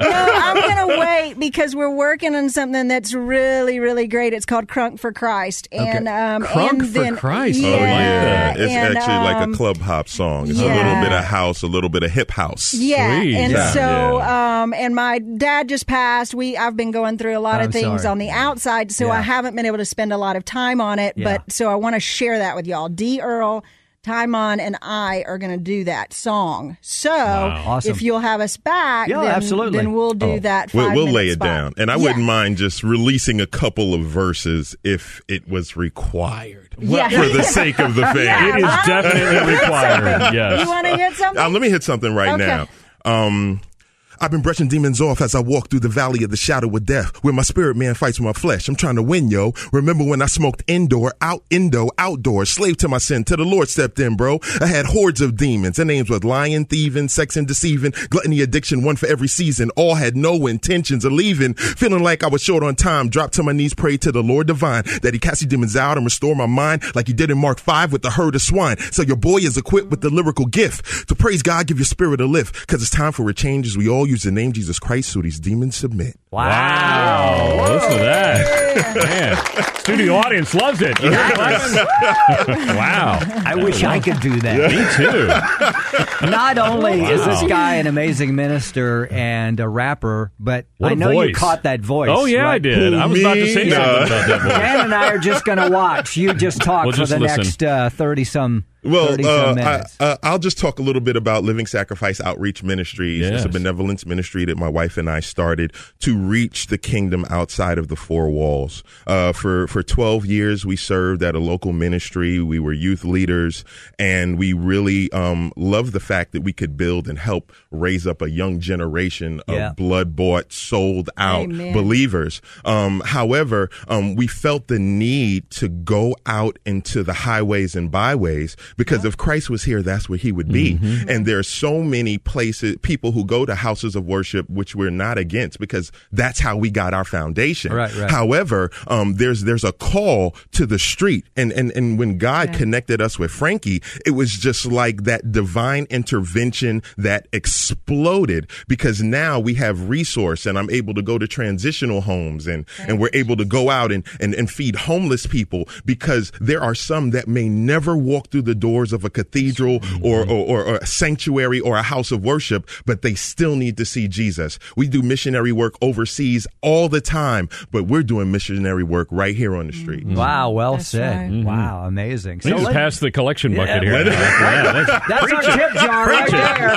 Speaker 6: no, I'm going to wait because we're working on something that's really, really great. It's called Crunk for Christ. And, um,
Speaker 1: Crunk
Speaker 6: and
Speaker 1: for
Speaker 6: then,
Speaker 1: Christ.
Speaker 6: Yeah,
Speaker 1: I
Speaker 7: Oh yeah,
Speaker 1: like
Speaker 7: it's
Speaker 6: and,
Speaker 7: actually like
Speaker 6: um,
Speaker 7: a club hop song. It's a
Speaker 6: yeah.
Speaker 7: little bit of house, a little bit of hip house.
Speaker 6: Yeah,
Speaker 1: Sweet.
Speaker 6: and
Speaker 7: Yeah.
Speaker 6: so,
Speaker 7: Yeah.
Speaker 6: um, and my dad just passed. We I've been going through a lot
Speaker 5: I'm
Speaker 6: of things
Speaker 5: sorry.
Speaker 6: on the outside, so I
Speaker 5: Yeah.
Speaker 6: haven't been able to spend a lot of time on it.
Speaker 5: Yeah.
Speaker 6: But so I want to share that with y'all. D Earl, Timon, and I are going to do that song. So
Speaker 5: Awesome.
Speaker 6: if you'll have us back,
Speaker 5: Yeah,
Speaker 6: then,
Speaker 5: absolutely.
Speaker 6: then we'll do that.
Speaker 7: We'll,
Speaker 6: five
Speaker 7: we'll lay
Speaker 6: minute
Speaker 7: it
Speaker 6: spot.
Speaker 7: down, and I
Speaker 6: Yeah.
Speaker 7: wouldn't mind just releasing a couple of verses if it was required
Speaker 6: Yeah.
Speaker 7: for the sake of the
Speaker 1: It
Speaker 7: fans.
Speaker 1: is definitely required.
Speaker 6: You
Speaker 1: Yes.
Speaker 6: want to hit something?
Speaker 7: Um, let me hit something right
Speaker 6: Okay.
Speaker 7: now. Um, I've been brushing demons off as I walk through the valley of the shadow of death, where my spirit man fights with my flesh. I'm trying to win, yo. Remember when I smoked indoor, out, indo, outdoor, slave to my sin, till the Lord stepped in, bro. I had hordes of demons. Their names was lying, thieving, sex and deceiving, gluttony, addiction, one for every season. All had no intentions of leaving. Feeling like I was short on time, dropped to my knees, prayed to the Lord divine that he cast the demons out and restore my mind like he did in Mark 5 with the herd of swine. So your boy is equipped with the lyrical gift to praise God, give your spirit a lift because it's time for a change as we all use the name Jesus Christ so these demons submit.
Speaker 1: Wow. Listen to that. Man. Studio audience loves it. You hear it, Lemon? wow.
Speaker 5: I wish I could do that.
Speaker 1: Me too.
Speaker 5: Not only is this
Speaker 1: Wow.
Speaker 5: guy an amazing minister and a rapper, but
Speaker 1: What
Speaker 5: I
Speaker 1: a
Speaker 5: know you
Speaker 1: voice.
Speaker 5: caught that voice.
Speaker 1: Oh, yeah, I
Speaker 5: right?
Speaker 1: did. I was about to say
Speaker 7: me?
Speaker 1: something
Speaker 7: No.
Speaker 1: about that voice.
Speaker 5: Dan and I are just going to watch you just talk
Speaker 1: We'll
Speaker 5: for
Speaker 1: just
Speaker 5: the
Speaker 1: listen.
Speaker 5: next uh, thirty some
Speaker 7: Well,
Speaker 5: thirty
Speaker 7: uh,
Speaker 5: some minutes.
Speaker 7: I, uh, I'll just talk a little bit about Living Sacrifice Outreach Ministries. It's a
Speaker 1: Yes.
Speaker 7: benevolence ministry that my wife and I started to reach the kingdom outside of the four walls. Uh, for for 12 years, we served at a local ministry. We were youth leaders, and we really um, loved the fact that we could build and help raise up a young generation of
Speaker 5: Yeah.
Speaker 7: blood bought, sold out
Speaker 6: Amen.
Speaker 7: believers. Um, however, um, we felt the need to go out into the highways and byways because if Christ was here, that's where he would be.
Speaker 10: Mm-hmm.
Speaker 7: And there are so many places, people who go to houses of worship, which we're not against because
Speaker 3: That's how we got our foundation.
Speaker 11: Right, right.
Speaker 3: However, um, there's there's a call to the street, and and and when God connected us with Frankie, it was just like that divine intervention that exploded because now we have resource, and I'm able to go to transitional homes, and and we're able to go out and and and feed homeless people because there are some that may never walk through the doors of a cathedral or, or, or a sanctuary or a house of worship, but they still need to see Jesus. We do missionary work overseas all the time, but we're doing missionary work right here on the street.
Speaker 5: Wow, well said. Wow, amazing.
Speaker 10: We need to
Speaker 5: let-
Speaker 10: pass the collection
Speaker 5: Yeah,
Speaker 10: bucket here.
Speaker 5: let-
Speaker 10: Yeah, that's-
Speaker 5: That's our
Speaker 10: preach it.
Speaker 5: tip jar right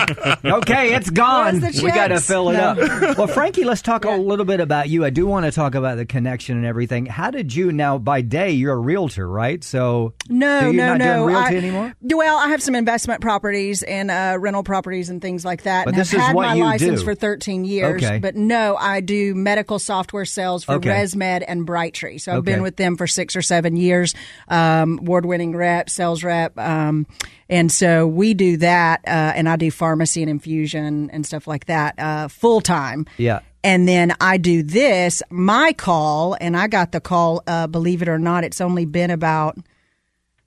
Speaker 10: Preach it.
Speaker 5: there. Okay, it's gone.
Speaker 6: Where's the
Speaker 5: We got to
Speaker 6: checks?
Speaker 5: fill it
Speaker 6: No.
Speaker 5: up. Well, Frankie, let's talk a little bit about you. I do want to talk about the connection and everything. How did you now? By day, you're a realtor, right? So
Speaker 6: No,
Speaker 5: so you're
Speaker 6: no,
Speaker 5: not
Speaker 6: no.
Speaker 5: doing realty
Speaker 6: I-
Speaker 5: anymore.
Speaker 6: Well, I have some investment properties and uh, rental properties and things like that.
Speaker 5: But
Speaker 6: and
Speaker 5: this
Speaker 6: have
Speaker 5: is
Speaker 6: had
Speaker 5: what
Speaker 6: my
Speaker 5: you
Speaker 6: license
Speaker 5: do.
Speaker 6: for 13 years.
Speaker 5: Okay.
Speaker 6: But no, I do medical software sales for
Speaker 5: Okay.
Speaker 6: ResMed and Brightree. So I've
Speaker 5: Okay.
Speaker 6: been with them for six or seven years, um, award winning rep, sales rep. Um, and so we do that. Uh, and I do pharmacy and infusion and stuff like that uh, full time.
Speaker 5: Yeah.
Speaker 6: And then I do this, my call, and I got the call, uh, believe it or not, it's only been about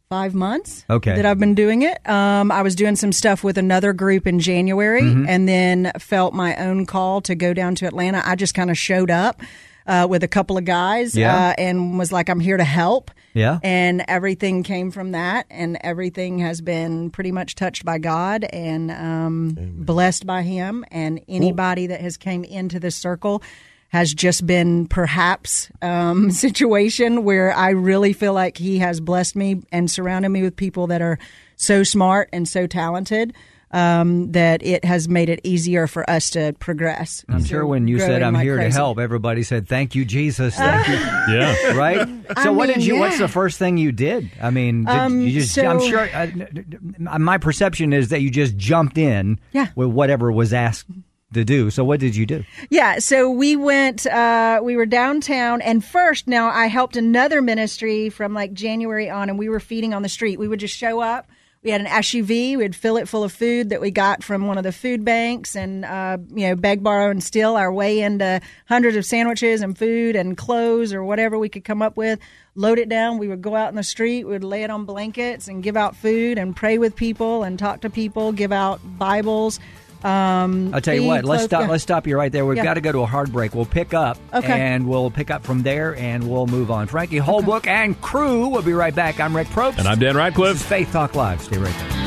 Speaker 6: five months
Speaker 12: Okay.
Speaker 6: that I've been doing it. Um, I was doing some stuff with another group in January
Speaker 12: Mhm.
Speaker 6: and then felt my own call to go down to Atlanta. I just kind of showed up uh, with a couple of guys
Speaker 12: Yeah.
Speaker 6: uh, and was like, I'm here to help.
Speaker 12: Yeah.
Speaker 6: And everything came from that, and everything has been pretty much touched by God and um, blessed by Him. And anybody that has came into this circle has just been perhaps um, situation where I really feel like He has blessed me and surrounded me with people that are so smart and so talented. Um, that it has made it easier for us to progress.
Speaker 5: I'm sure when you said
Speaker 6: Growing
Speaker 5: I'm
Speaker 6: like
Speaker 5: here to
Speaker 6: crazy.
Speaker 5: help, everybody said thank you, Jesus. Thank you.
Speaker 10: Yeah.
Speaker 5: Right.
Speaker 6: I
Speaker 5: So what did
Speaker 6: mean,
Speaker 5: you? What's
Speaker 6: yeah.
Speaker 5: the first thing you did? I mean, did
Speaker 6: Um,
Speaker 5: you just, I'm
Speaker 6: so-
Speaker 5: sure. uh, n- n- my perception is that you just jumped in.
Speaker 6: Yeah.
Speaker 5: With whatever was asked to do. So what did you do?
Speaker 6: Yeah, so we went, uh, we were downtown, and first, now I helped another ministry from like January on, and we were feeding on the street. We would just show up. We had an SUV. We'd fill it full of food that we got from one of the food banks, and uh, you know, beg, borrow, and steal our way into hundreds of sandwiches and food and clothes or whatever we could come up with. Load it down. We would go out in the street. We would lay it on blankets and give out food and pray with people and talk to people. Give out Bibles. Um,
Speaker 5: I'll tell you
Speaker 6: feed,
Speaker 5: what. Let's
Speaker 6: clothe-
Speaker 5: stop.
Speaker 6: yeah.
Speaker 5: Let's stop you right there. We've
Speaker 6: Yeah.
Speaker 5: got to go to a hard break. We'll pick up.
Speaker 6: Okay.
Speaker 5: And we'll pick up from there, and we'll move on. Frankie Holbrook and crew. We'll be right back. I'm Rick Probst,
Speaker 10: And I'm Dan Radcliffe.
Speaker 5: This is Faith Talk Live. Stay right there.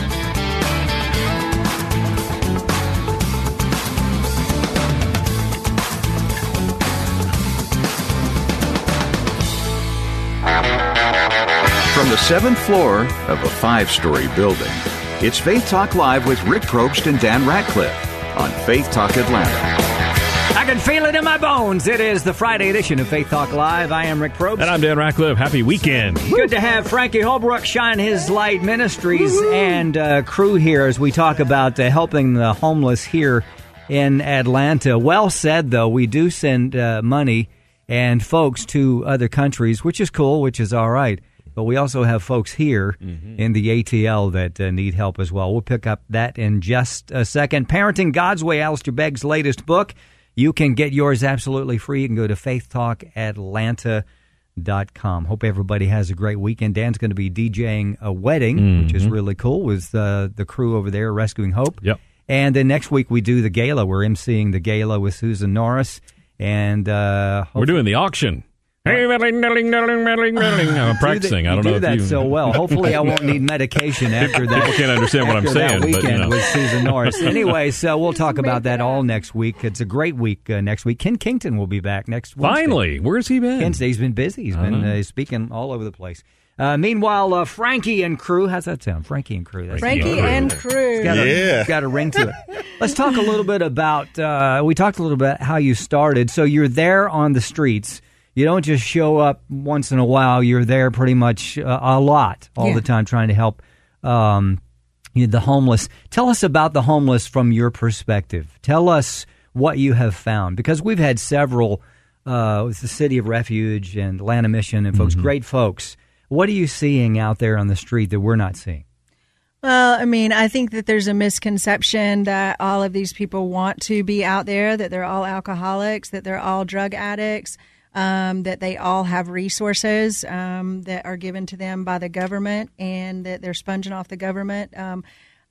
Speaker 9: From the seventh floor of a five story building, it's Faith Talk Live with Rick Probst and Dan Ratcliffe on Faith Talk Atlanta.
Speaker 5: I can feel it in my bones. It is the Friday edition of Faith Talk Live. I am Rick Probst.
Speaker 10: And I'm Dan Ratcliffe. Happy weekend.
Speaker 5: Good to have Frankie Holbrook shine his light ministries and uh, crew here as we talk about uh, helping the homeless here in Atlanta. Well said, though. We do send uh, money and folks to other countries, which is cool, which is all right. But we also have folks here in the ATL that uh, need help as well. We'll pick up that in just a second. Parenting God's Way, Alistair Begg's latest book. You can get yours absolutely free. You can go to Faith Talk Atlanta com. Hope everybody has a great weekend. Dan's going to be DJing a wedding, which is
Speaker 10: Mhm.
Speaker 5: really cool, with uh, the crew over there, Rescuing Hope.
Speaker 10: Yep.
Speaker 5: And then next week we do the gala. We're emceeing the gala with Susan Norris, and uh,
Speaker 10: We're doing the auction. Hey, meddling, meddling, meddling, meddling, meddling. I'm practicing. I don't know
Speaker 5: you do
Speaker 10: if
Speaker 5: that
Speaker 10: you
Speaker 5: so well. Hopefully, I won't need medication after that.
Speaker 10: People can't understand what I'm
Speaker 5: after that
Speaker 10: saying, but, you
Speaker 5: weekend
Speaker 10: know.
Speaker 5: with Susan Norris. Anyway, so we'll talk about that all next week. It's a great week uh, next week. Ken Kington will be back next. Wednesday.
Speaker 10: Finally. Where's he been?
Speaker 5: Ken's, he's been busy. He's
Speaker 10: I
Speaker 5: been
Speaker 6: Uh-huh.
Speaker 10: know.
Speaker 5: uh, speaking all over the place. Uh, meanwhile, uh, Frankie and crew. How's that sound? Frankie and crew. That's
Speaker 6: Frankie and crew.
Speaker 5: It's got, a, it's got a ring to it. Let's talk a little bit about. Uh, we talked a little bit how you started. So you're there on the streets. You don't just show up once in a while. You're there pretty much uh, a lot, all
Speaker 6: Yeah.
Speaker 5: the time, trying to help um, you know, the homeless. Tell us about the homeless from your perspective. Tell us what you have found because we've had several. Uh, with the City of Refuge and Atlanta Mission and folks, great folks. What are you seeing out there on the street that we're not seeing?
Speaker 6: Well, I mean, I think that there's a misconception that all of these people want to be out there, that they're all alcoholics, that they're all drug addicts, um, that they all have resources um, that are given to them by the government and that they're sponging off the government. Um,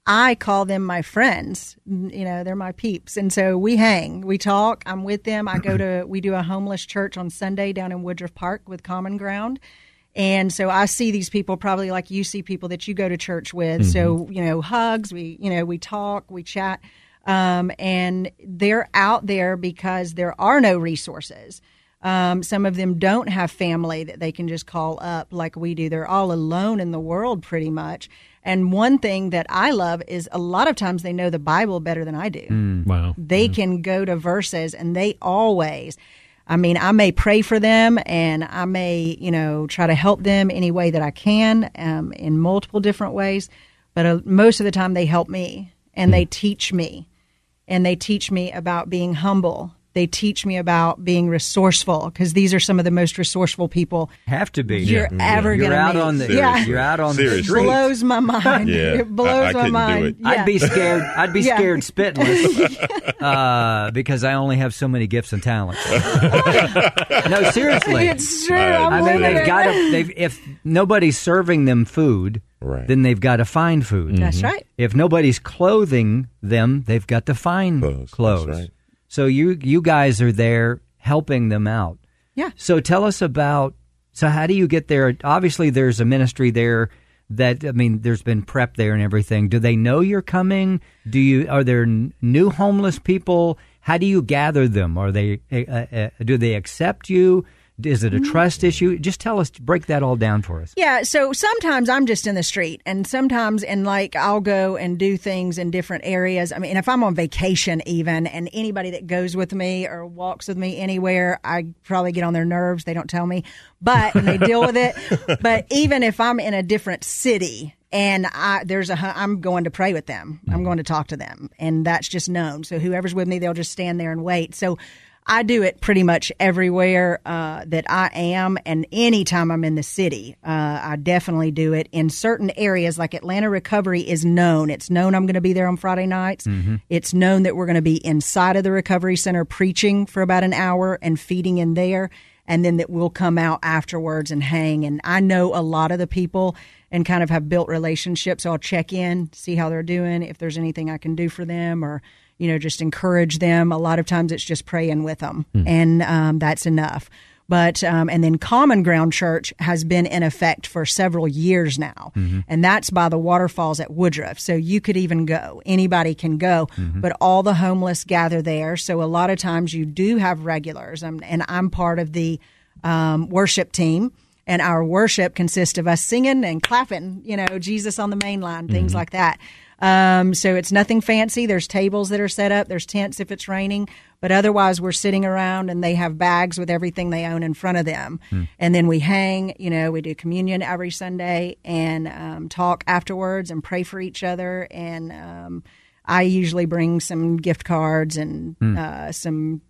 Speaker 6: I call them my friends. You know, they're my peeps. And so we hang, we talk, I'm with them. I go to, we do a homeless church on Sunday down in Woodruff Park with Common Ground. And so I see these people probably like you see people that you go to church with. So, you know, hugs, we, you know, we talk, we chat. Um, and they're out there because there are no resources. Um, some of them don't have family that they can just call up like we do. They're all alone in the world pretty much. And one thing that I love is a lot of times they know the Bible better than I do.
Speaker 10: wow.
Speaker 6: They
Speaker 5: Mm-hmm.
Speaker 6: can go to verses and they always, I mean, I may pray for them and I may, you know, try to help them any way that I can um, in multiple different ways. But uh, most of the time they help me and
Speaker 5: Mm-hmm.
Speaker 6: they teach me and they teach me about being humble. They teach me about being resourceful because these are some of the most resourceful people
Speaker 5: Have to be.
Speaker 6: you're ever
Speaker 5: You're
Speaker 6: going to
Speaker 5: out
Speaker 6: meet.
Speaker 5: on the.
Speaker 6: yeah.
Speaker 5: You're out on the
Speaker 6: It
Speaker 5: street.
Speaker 6: blows my mind.
Speaker 5: Yeah,
Speaker 6: It blows
Speaker 5: I- I
Speaker 6: my
Speaker 5: couldn't do
Speaker 6: mind.
Speaker 5: it. I'd be
Speaker 6: Yeah.
Speaker 5: scared. I'd be
Speaker 6: Yeah.
Speaker 5: scared spitless uh, because I only have so many gifts and talents. no, seriously,
Speaker 6: It's true. I'm
Speaker 5: I mean, they've
Speaker 6: limited.
Speaker 5: got to. They've, if nobody's serving them food, right. Mm-hmm. then they've got to find food.
Speaker 6: That's Mhm. right.
Speaker 5: If nobody's clothing them, they've got to find clothes.
Speaker 11: right.
Speaker 5: So you you guys are there helping them out.
Speaker 6: Yeah.
Speaker 5: So tell us about. So how do you get there? Obviously, there's a ministry there that I mean, there's been prep there and everything. Do they know you're coming? Do you are there n- new homeless people? How do you gather them? Are they uh, uh, do they accept you? Is it a
Speaker 10: Mm-hmm.
Speaker 5: trust issue? Just tell us, break that all down for us.
Speaker 6: Yeah, so sometimes I'm just in the street, and sometimes, and like I'll go and do things in different areas. I mean, if I'm on vacation, even, and anybody that goes with me or walks with me anywhere, I probably get on their nerves. They don't tell me, but and they deal with it. But even if I'm in a different city, and I there's a hu- I'm going to pray with them. I'm going to talk to them, and that's just known. So whoever's with me, they'll just stand there and wait. So I do it pretty much everywhere uh, that I am, and anytime I'm in the city, uh, I definitely do it. In certain areas, like Atlanta Recovery is known. It's known I'm going to be there on Friday nights.
Speaker 12: Mhm.
Speaker 6: It's known that we're going to be inside of the recovery center preaching for about an hour and feeding in there, and then that we'll come out afterwards and hang. And I know a lot of the people and kind of have built relationships. So I'll check in, see how they're doing, if there's anything I can do for them, or you know, just encourage them. A lot of times it's just praying with them,
Speaker 12: Hmm.
Speaker 6: and um, that's enough. But, um, and then Common Ground Church has been in effect for several years now.
Speaker 12: Mhm.
Speaker 6: And that's by the waterfalls at Woodruff. So you could even go. Anybody can go.
Speaker 12: Mhm.
Speaker 6: But all the homeless gather there. So a lot of times you do have regulars. Um, and I'm part of the um, worship team. And our worship consists of us singing and clapping, you know, Jesus on the main line, things
Speaker 12: Mhm.
Speaker 6: like that. Um, so it's nothing fancy. There's tables that are set up. There's tents if it's raining, but otherwise we're sitting around and they have bags with everything they own in front of them.
Speaker 12: Hmm.
Speaker 6: And then we hang, you know, we do communion every Sunday and um, talk afterwards and pray for each other. And um, I usually bring some gift cards and
Speaker 12: Hmm.
Speaker 6: uh, some,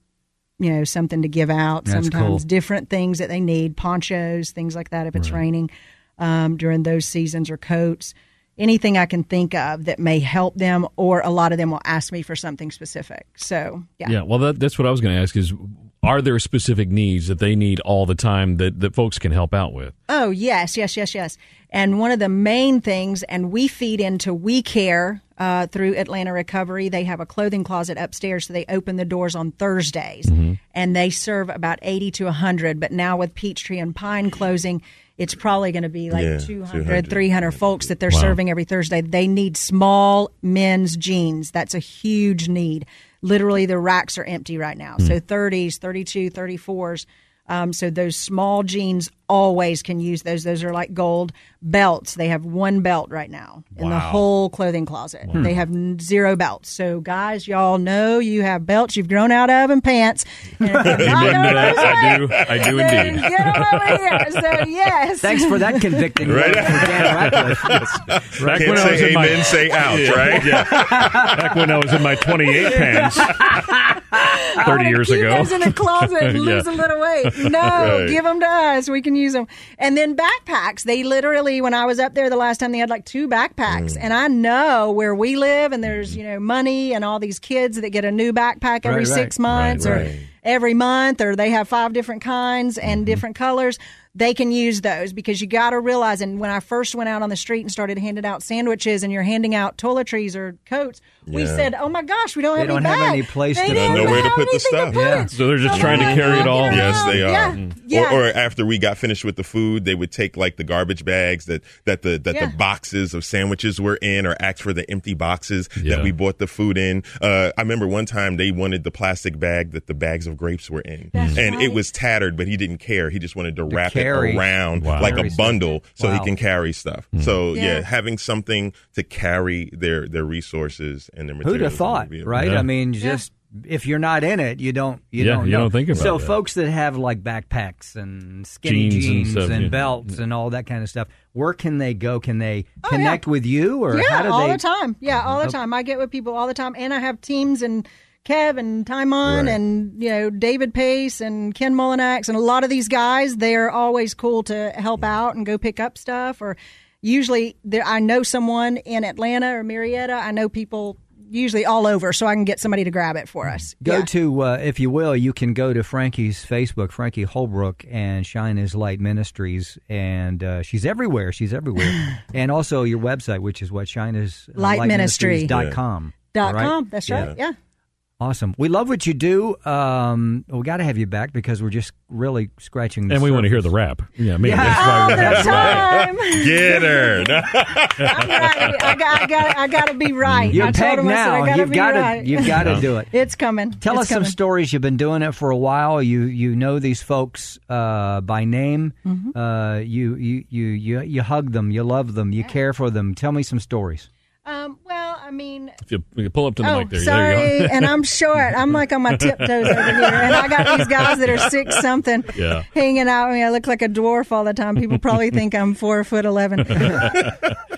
Speaker 6: you know, something to give out.
Speaker 12: That's
Speaker 6: sometimes
Speaker 12: cool.
Speaker 6: different things that they need, ponchos, things like that if it's raining um, during those seasons or coats. Anything I can think of that may help them, or a lot of them will ask me for something specific. So, yeah.
Speaker 10: well, that, that's what I was going to ask is are there specific needs that they need all the time that, that folks can help out with?
Speaker 6: Oh, yes, yes, yes, yes. And one of the main things, and we feed into We Care uh, through Atlanta Recovery. They have a clothing closet upstairs, so they open the doors on Thursdays and they serve about 80 to 100. But now with Peachtree and Pine closing, it's probably going to be like
Speaker 12: Yeah,
Speaker 6: 200,
Speaker 12: 200.
Speaker 6: 300 folks that they're
Speaker 12: Wow.
Speaker 6: serving every Thursday. They need small men's jeans. That's a huge need. Literally, the racks are empty right now.
Speaker 10: Hmm.
Speaker 6: So 30s, 32, 34s. Um, so those small jeans always can use those. Those are like gold belts. They have one belt right now in the
Speaker 12: Wow.
Speaker 6: whole clothing closet.
Speaker 10: Hmm.
Speaker 12: Wow.
Speaker 6: They have n- zero belts. So guys, y'all know you have belts you've grown out of and pants. And if you're not
Speaker 10: Amen to
Speaker 6: over
Speaker 10: that. I do. I do
Speaker 6: Then
Speaker 10: indeed.
Speaker 6: Get 'em over here. So yes.
Speaker 5: Thanks for that convicting
Speaker 10: Right.
Speaker 5: word for Dan Ratcliffe.
Speaker 10: Back
Speaker 3: Can't
Speaker 10: when I
Speaker 3: say
Speaker 10: was in my-
Speaker 3: amen, say ouch,
Speaker 10: Yeah.
Speaker 3: right?
Speaker 10: Yeah. Back when I was in my 28 pants,
Speaker 6: I
Speaker 10: 30
Speaker 6: wanna
Speaker 10: years
Speaker 6: keep
Speaker 10: ago.
Speaker 6: those in a closet and lose
Speaker 10: Yeah.
Speaker 6: a little weight. No,
Speaker 10: Right.
Speaker 6: give them to us. We can use them. And then backpacks. They literally, when I was up there the last time, they had like two
Speaker 10: Mm.
Speaker 6: backpacks. And I know where we live, and there's you know money and all these kids that get a new backpack every
Speaker 11: Right, right.
Speaker 6: six months
Speaker 11: Right,
Speaker 6: or
Speaker 11: right.
Speaker 6: every month, or they have five different kinds
Speaker 10: Mm-hmm.
Speaker 6: and different colors. They can use those because you got to realize. And when I first went out on the street and started handing out sandwiches, and you're handing out toiletries or coats, we
Speaker 10: Yeah.
Speaker 6: said, "Oh my gosh, we don't
Speaker 5: They
Speaker 6: have
Speaker 5: don't
Speaker 6: any
Speaker 5: have
Speaker 6: bag.
Speaker 5: any place
Speaker 6: They
Speaker 5: to
Speaker 6: didn't
Speaker 5: put it.
Speaker 13: Nowhere to
Speaker 6: have
Speaker 13: put the stuff.
Speaker 5: Yeah.
Speaker 10: So they're just trying to carry it all.
Speaker 13: Yes, they are.
Speaker 6: Um, Yeah.
Speaker 13: Mm.
Speaker 6: Yeah.
Speaker 13: Or, or after we got finished with the food, they would take like the garbage bags that that the that
Speaker 6: Yeah.
Speaker 13: the boxes of sandwiches were in, or ask for the empty boxes that we bought the food in. Uh, I remember one time they wanted the plastic bag that the bags of grapes were in,
Speaker 14: That's
Speaker 13: and
Speaker 14: right.
Speaker 13: it was tattered, but he didn't care. He just wanted to,
Speaker 14: To
Speaker 13: wrap
Speaker 14: carry.
Speaker 13: it around
Speaker 14: Wow.
Speaker 13: like
Speaker 14: Carry
Speaker 13: a
Speaker 14: stuff.
Speaker 13: bundle so
Speaker 14: Wow. Hmm.
Speaker 13: he can carry stuff. So yeah.
Speaker 5: Yeah.
Speaker 13: having something to carry their their resources and their materials.
Speaker 5: Who'd have thought,
Speaker 13: would be-
Speaker 5: right? I mean, just if you're not in it, you don't. You
Speaker 13: Yeah,
Speaker 5: don't.
Speaker 13: you
Speaker 5: know.
Speaker 13: don't think about
Speaker 5: So
Speaker 13: that.
Speaker 5: folks that have like backpacks and skinny
Speaker 10: Jeans
Speaker 5: jeans,
Speaker 10: and
Speaker 5: and,
Speaker 10: stuff, yeah.
Speaker 5: belts and all that kind of stuff, where can they go? Can they connect with you, or
Speaker 6: Oh, yeah,
Speaker 5: how do
Speaker 6: all
Speaker 5: they?
Speaker 6: the time. Yeah, all the
Speaker 5: Okay.
Speaker 6: time. I get with people all the time, and I have teams and Kev and Timon
Speaker 5: Right.
Speaker 6: and you know David Pace and Ken Mullinax and a lot of these guys. They're always cool to
Speaker 5: Mm.
Speaker 6: help out and go pick up stuff. Or usually, there, I know someone in Atlanta or Marietta. I know people usually all over, so I can get somebody to grab it for us.
Speaker 5: Go
Speaker 6: Yeah.
Speaker 5: to, uh, if you will, you can go to Frankie's Facebook, Frankie Holbrook, and Shine His Light Ministries, and uh, she's everywhere. She's everywhere, and also your website, which is what Shine His
Speaker 6: Light Ministry.
Speaker 5: dot com.
Speaker 6: dot
Speaker 5: right?
Speaker 6: com. That's right. yeah.
Speaker 5: Awesome. We love what you do. Um, we got to have you back because we're just really scratching the
Speaker 10: And we want to hear the rap. Yeah, maybe that's why we're
Speaker 6: there's
Speaker 10: having the rap.
Speaker 6: time. Get I got, I got, I got to be right.
Speaker 5: You're
Speaker 6: I told
Speaker 5: pegged
Speaker 6: him, I said,
Speaker 5: now.
Speaker 6: I gotta
Speaker 5: You've
Speaker 6: be
Speaker 5: gotta-
Speaker 6: right.
Speaker 5: you've gotta do it.
Speaker 6: It's coming.
Speaker 5: Tell
Speaker 6: It's
Speaker 5: us
Speaker 6: coming.
Speaker 5: some stories. You've been doing it for a while. You you know these folks uh, by name.
Speaker 6: Mm-hmm.
Speaker 5: Uh, you, you you you you hug them. You love them. You care for them. Tell me some stories.
Speaker 6: Um, well, I mean,
Speaker 10: If you, you pull up to the
Speaker 6: oh,
Speaker 10: mic there,
Speaker 6: sorry,
Speaker 10: there you go.
Speaker 6: and I'm short. I'm like on my tiptoes over here, and I got these guys that are six something
Speaker 10: Yeah.
Speaker 6: hanging out. with me. I look like a dwarf all the time. People probably think I'm four foot eleven.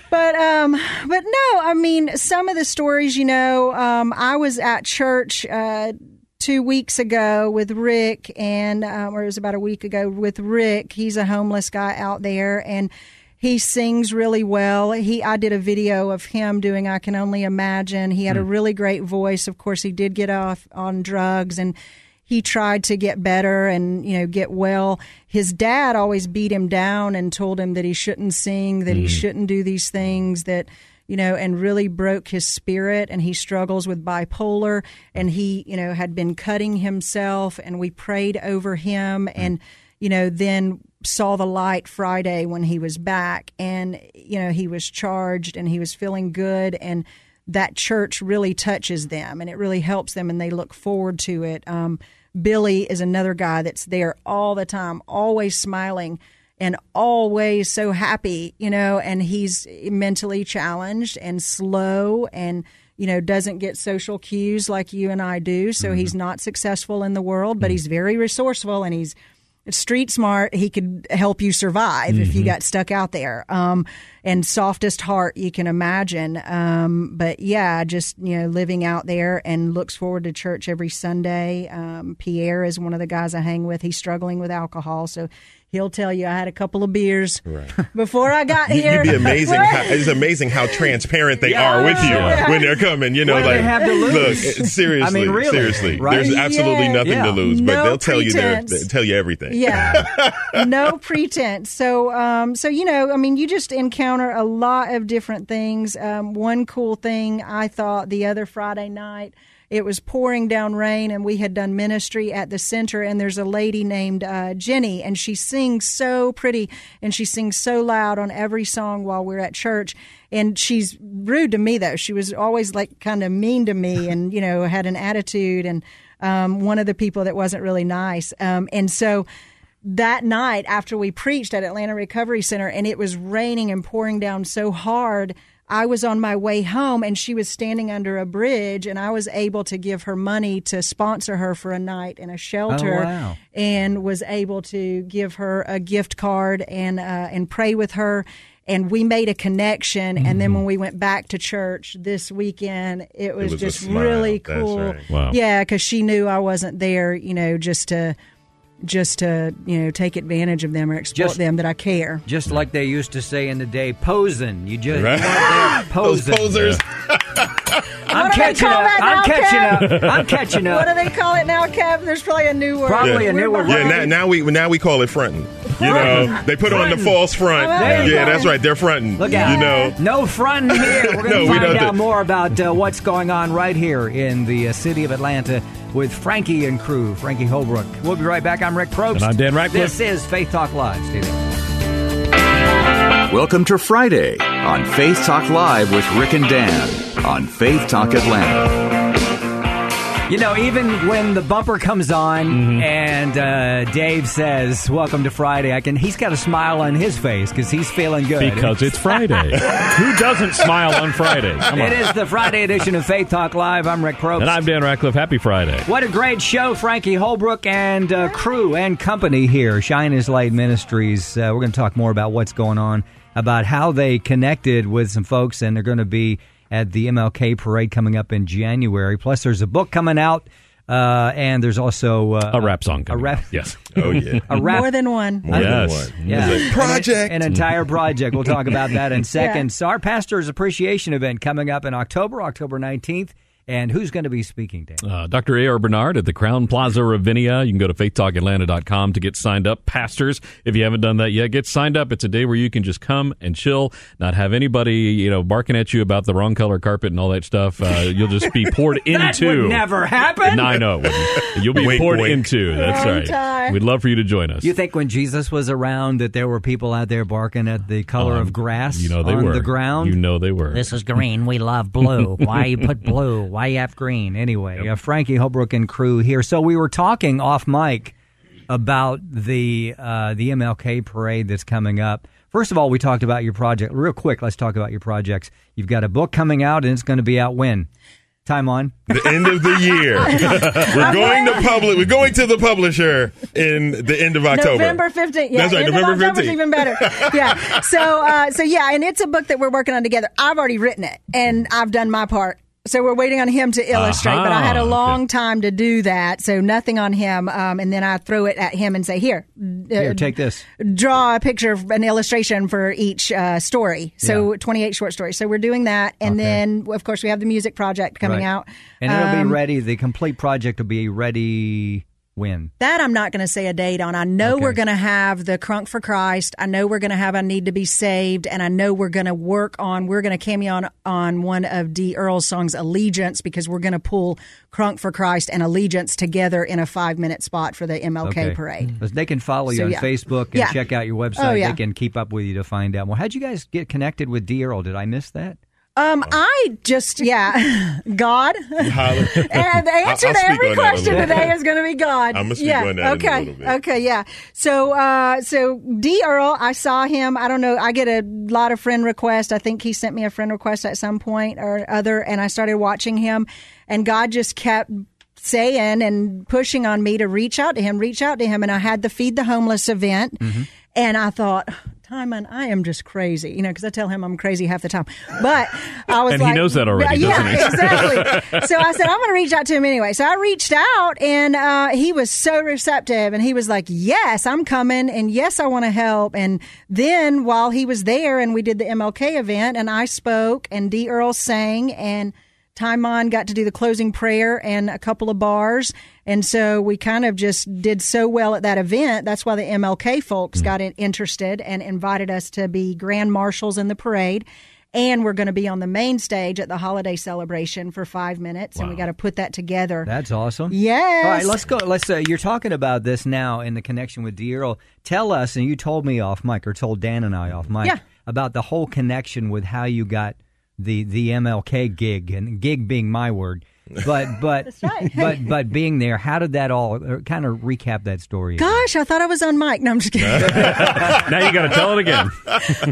Speaker 6: but um, but no, I mean, some of the stories, you know, um, I was at church uh, two weeks ago with Rick, and um, or it was about a week ago with Rick. He's a homeless guy out there, and he sings really well. He, I did a video of him doing "I Can Only Imagine." He had a
Speaker 11: Hmm.
Speaker 6: really great voice. Of course, he did get off on drugs and he tried to get better and you know get well his dad always beat him down and told him that he shouldn't sing that he
Speaker 11: Mhm.
Speaker 6: shouldn't do these things that you know and really broke his spirit and he struggles with bipolar and he you know had been cutting himself and we prayed over him and you know then saw the light Friday when he was back and you know he was charged and he was feeling good and that church really touches them and it really helps them and they look forward to it. Um, Billy is another guy that's there all the time, always smiling and always so happy, you know, and he's mentally challenged and slow and you know doesn't get social cues like you and I do, so he's not successful in the world, but he's very resourceful and he's street smart he could help you survive if
Speaker 13: Mm-hmm.
Speaker 6: you
Speaker 11: Mhm.
Speaker 6: got stuck out there um, and softest heart you can imagine um, but yeah just you know living out there and looks forward to church every sunday um, pierre is one of the guys i hang with he's struggling with alcohol so he'll tell you i had a couple of beers before i got
Speaker 13: You,
Speaker 6: here
Speaker 13: would be amazing.
Speaker 6: Right?
Speaker 13: How, it's amazing how transparent they are with you
Speaker 10: Yeah.
Speaker 13: when they're coming. You know,
Speaker 10: What do they
Speaker 13: like
Speaker 10: have to lose?
Speaker 13: look it- seriously,
Speaker 10: I mean, really,
Speaker 13: seriously.
Speaker 10: right?
Speaker 13: There's absolutely
Speaker 6: Yeah.
Speaker 13: nothing
Speaker 6: Yeah.
Speaker 13: to lose, but
Speaker 6: No
Speaker 13: they'll tell you their,
Speaker 6: pretense.
Speaker 13: they tell you everything.
Speaker 6: Yeah. no pretense. So, um, so you know, I mean, you just encounter a lot of different things. Um, one cool thing I thought the other Friday night, it was pouring down rain, and we had done ministry at the center, and there's a lady named uh, Jenny, and she sings so pretty, and she sings so loud on every song while we're at church. And she's rude to me though. She was always like kind of mean to me, and you know, had an attitude and. Um, one of the people that wasn't really nice. Um, and so that night after we preached at Atlanta Recovery Center and it was raining and pouring down so hard, I was on my way home and she was standing under a bridge and I was able to give her money to sponsor her for a night in a shelter
Speaker 11: wow.
Speaker 6: and was able to give her a gift card and uh, and pray with her and we made a connection. And then when we went back to church this weekend, it was,
Speaker 13: was a
Speaker 6: just
Speaker 13: smile.
Speaker 6: really
Speaker 13: That's
Speaker 6: cool.
Speaker 13: right. Wow.
Speaker 6: Yeah, because she knew I wasn't there, you know, just to just to you know take advantage of them or exploit
Speaker 5: Just-
Speaker 6: them that I care.
Speaker 5: Just like they used to say in the day, posing. You just
Speaker 12: Right.
Speaker 5: you weren't there
Speaker 12: Those
Speaker 5: posing.
Speaker 12: posers.
Speaker 5: I'm
Speaker 6: What do they
Speaker 5: catching
Speaker 6: call
Speaker 5: up.
Speaker 6: that
Speaker 5: I'm
Speaker 6: now,
Speaker 5: catching
Speaker 6: Kev?
Speaker 5: up. I'm catching
Speaker 6: What
Speaker 5: up.
Speaker 6: do they call it now, Kev? There's probably a new word.
Speaker 13: yeah.
Speaker 6: We're
Speaker 13: Yeah,
Speaker 6: behind.
Speaker 13: now, now we now we call it fronting. You know, they put on the
Speaker 5: Frontin'.
Speaker 13: false front.
Speaker 6: Oh,
Speaker 5: There you
Speaker 13: yeah,
Speaker 5: go.
Speaker 13: that's right. They're fronting.
Speaker 5: Look
Speaker 13: you
Speaker 5: out.
Speaker 13: know,
Speaker 5: No front here. We're
Speaker 13: No,
Speaker 5: going
Speaker 13: we
Speaker 5: to
Speaker 13: don't
Speaker 5: find
Speaker 13: do-
Speaker 5: out more about uh, what's going on right here in the uh, city of Atlanta with Frankie and crew, Frankie Holbrook. We'll be right back. I'm Rick Probst.
Speaker 9: And I'm Dan Ratcliffe.
Speaker 5: This is Faith Talk Live. Stay there.
Speaker 9: Welcome to Friday on Faith Talk Live with Rick and Dan on Faith Talk Atlanta.
Speaker 5: You know, even when the bumper comes on and uh, Dave says, "Welcome to Friday," I can. He's got a smile on his face because he's feeling good
Speaker 10: Because it's Friday. Who doesn't smile on Friday? Come on.
Speaker 5: It is the Friday edition of Faith Talk Live. I'm Rick Probst.
Speaker 10: And I'm Dan Ratcliffe. Happy Friday.
Speaker 5: What a great show, Frankie Holbrook and uh, crew and company here, Shine His Light Ministries. Uh, we're going to talk more about what's going on, about how they connected with some folks, and they're going to be at the MLK parade coming up in January. Plus, there's a book coming out, uh, and there's also uh, a rap
Speaker 10: song.
Speaker 5: A rap,
Speaker 10: yes.
Speaker 13: Oh yeah.
Speaker 5: a rap
Speaker 6: More than one.
Speaker 5: I-
Speaker 10: Mm.
Speaker 5: Yeah. An-
Speaker 13: Project.
Speaker 5: An, entire project. We'll talk about that in
Speaker 6: Yeah.
Speaker 5: seconds. Our pastor's appreciation event coming up in October, October 19th. And who's going to be speaking, Dan?
Speaker 10: Uh, Dr. A.R. Bernard at the Crown Plaza Ravinia. You can go to faithtalkatlanta.com to get signed up. Pastors, if you haven't done that yet, get signed up. It's a day where you can just come and chill, not have anybody, you know, barking at you about the wrong color carpet and all that stuff. Uh, you'll just be poured
Speaker 5: That
Speaker 10: into.
Speaker 5: would never happen.
Speaker 10: No, I know. it wouldn't. You'll be
Speaker 5: Wink,
Speaker 10: poured
Speaker 5: wink.
Speaker 10: into. That's
Speaker 5: Wrong
Speaker 10: right.
Speaker 5: time.
Speaker 10: We'd love for you to join us.
Speaker 5: You think when Jesus was around that there were people out there barking at the color of grass
Speaker 10: Um, You know they
Speaker 5: on
Speaker 10: were
Speaker 5: the ground?
Speaker 10: You know they were.
Speaker 5: This is green. We love blue. Why you put blue? Why you have green? Anyway, uh, Frankie Holbrook and crew here. So we were talking off mic about the uh, the MLK parade that's coming up. First of all, we talked about your project real quick. Let's talk about your projects. You've got a book coming out, and it's going to be out when time on
Speaker 13: the end of the year. we're going to public. We're going to the publisher in the end of October.
Speaker 6: November 15th. Yeah,
Speaker 13: That's right,
Speaker 6: end of
Speaker 13: November
Speaker 6: October's
Speaker 13: 15th.
Speaker 6: even better. Yeah. So, uh, so yeah, and it's a book that we're working on together. I've already written it and I've done my part. So we're waiting on him to illustrate, but I had a
Speaker 12: Uh-huh.
Speaker 6: long time to do that. So nothing on him. Um, and then I throw it at him and say, here, uh,
Speaker 5: here. Take this.
Speaker 6: draw a picture, of an illustration for each uh, story. So 28 short stories. So we're doing that. And then, of course, we have the music project coming
Speaker 5: Right.
Speaker 6: out.
Speaker 5: and it'll
Speaker 6: Um,
Speaker 5: be ready. The complete project will be ready when.
Speaker 6: That I'm not going to say a date on. I know we're going to have the Crunk for Christ. I know we're going to have I Need to Be Saved. And I know we're going to work on, we're going to cameo on, on one of D. Earl's songs, Allegiance, because we're going to pull Crunk for Christ and Allegiance together in a five minute spot for the MLK parade.
Speaker 5: Because They can follow you
Speaker 6: So,
Speaker 5: on
Speaker 6: yeah.
Speaker 5: Facebook and
Speaker 6: Yeah.
Speaker 5: check out your website.
Speaker 6: Oh, yeah.
Speaker 5: They can keep up with you to find out more. How'd you guys get connected with D Earl? Did I miss that?
Speaker 6: Um, I just, yeah, God.
Speaker 5: Holler.
Speaker 6: and the
Speaker 5: I'll-
Speaker 6: answer
Speaker 5: I'll
Speaker 6: to
Speaker 5: speak
Speaker 6: every
Speaker 5: on that a
Speaker 6: question
Speaker 5: little bit.
Speaker 6: today is going to be God.
Speaker 13: I'ma speak
Speaker 6: yeah.
Speaker 13: on that in a
Speaker 6: okay.
Speaker 13: little bit.
Speaker 6: Okay. Yeah. So, uh, so D Earl, I saw him. I don't know. I get a lot of friend requests. I think he sent me a friend request at some point or other, and I started watching him, and God just kept saying and pushing on me to reach out to him, reach out to him, and I had the feed the homeless event. And I thought, Timon, I am just crazy, you know, because I tell him I'm crazy half the time. But I was
Speaker 10: And he
Speaker 6: like,
Speaker 10: knows that already,
Speaker 6: Yeah,
Speaker 10: doesn't he?
Speaker 6: exactly. so I said, I'm going to reach out to him anyway. So I reached out, and uh, he was so receptive, and he was like, Yes, I'm coming, and yes, I want to help. And then while he was there, and we did the MLK event, and I spoke, and D. Earl sang, and Timon got to do the closing prayer and a couple of bars. And so we kind of just did so well at that event. That's why the MLK folks
Speaker 5: Hmm.
Speaker 6: got in, interested and invited us to be grand marshals in the parade. And we're going to be on the main stage at the holiday celebration for five minutes. And we got to put that together.
Speaker 5: That's awesome.
Speaker 6: Yes.
Speaker 5: All right, let's go. Let's. Uh, you're talking about this now in the connection with D Earl. Tell us, and you told me off mic, or told Dan and I off mic,
Speaker 6: Yeah.
Speaker 5: about the whole connection with how you got the the MLK gig, and gig being my word, But but but but being there, how did that all or kind of recap that story?
Speaker 6: Gosh, I thought I was on mic. No, I'm just kidding.
Speaker 15: now you got to tell it again.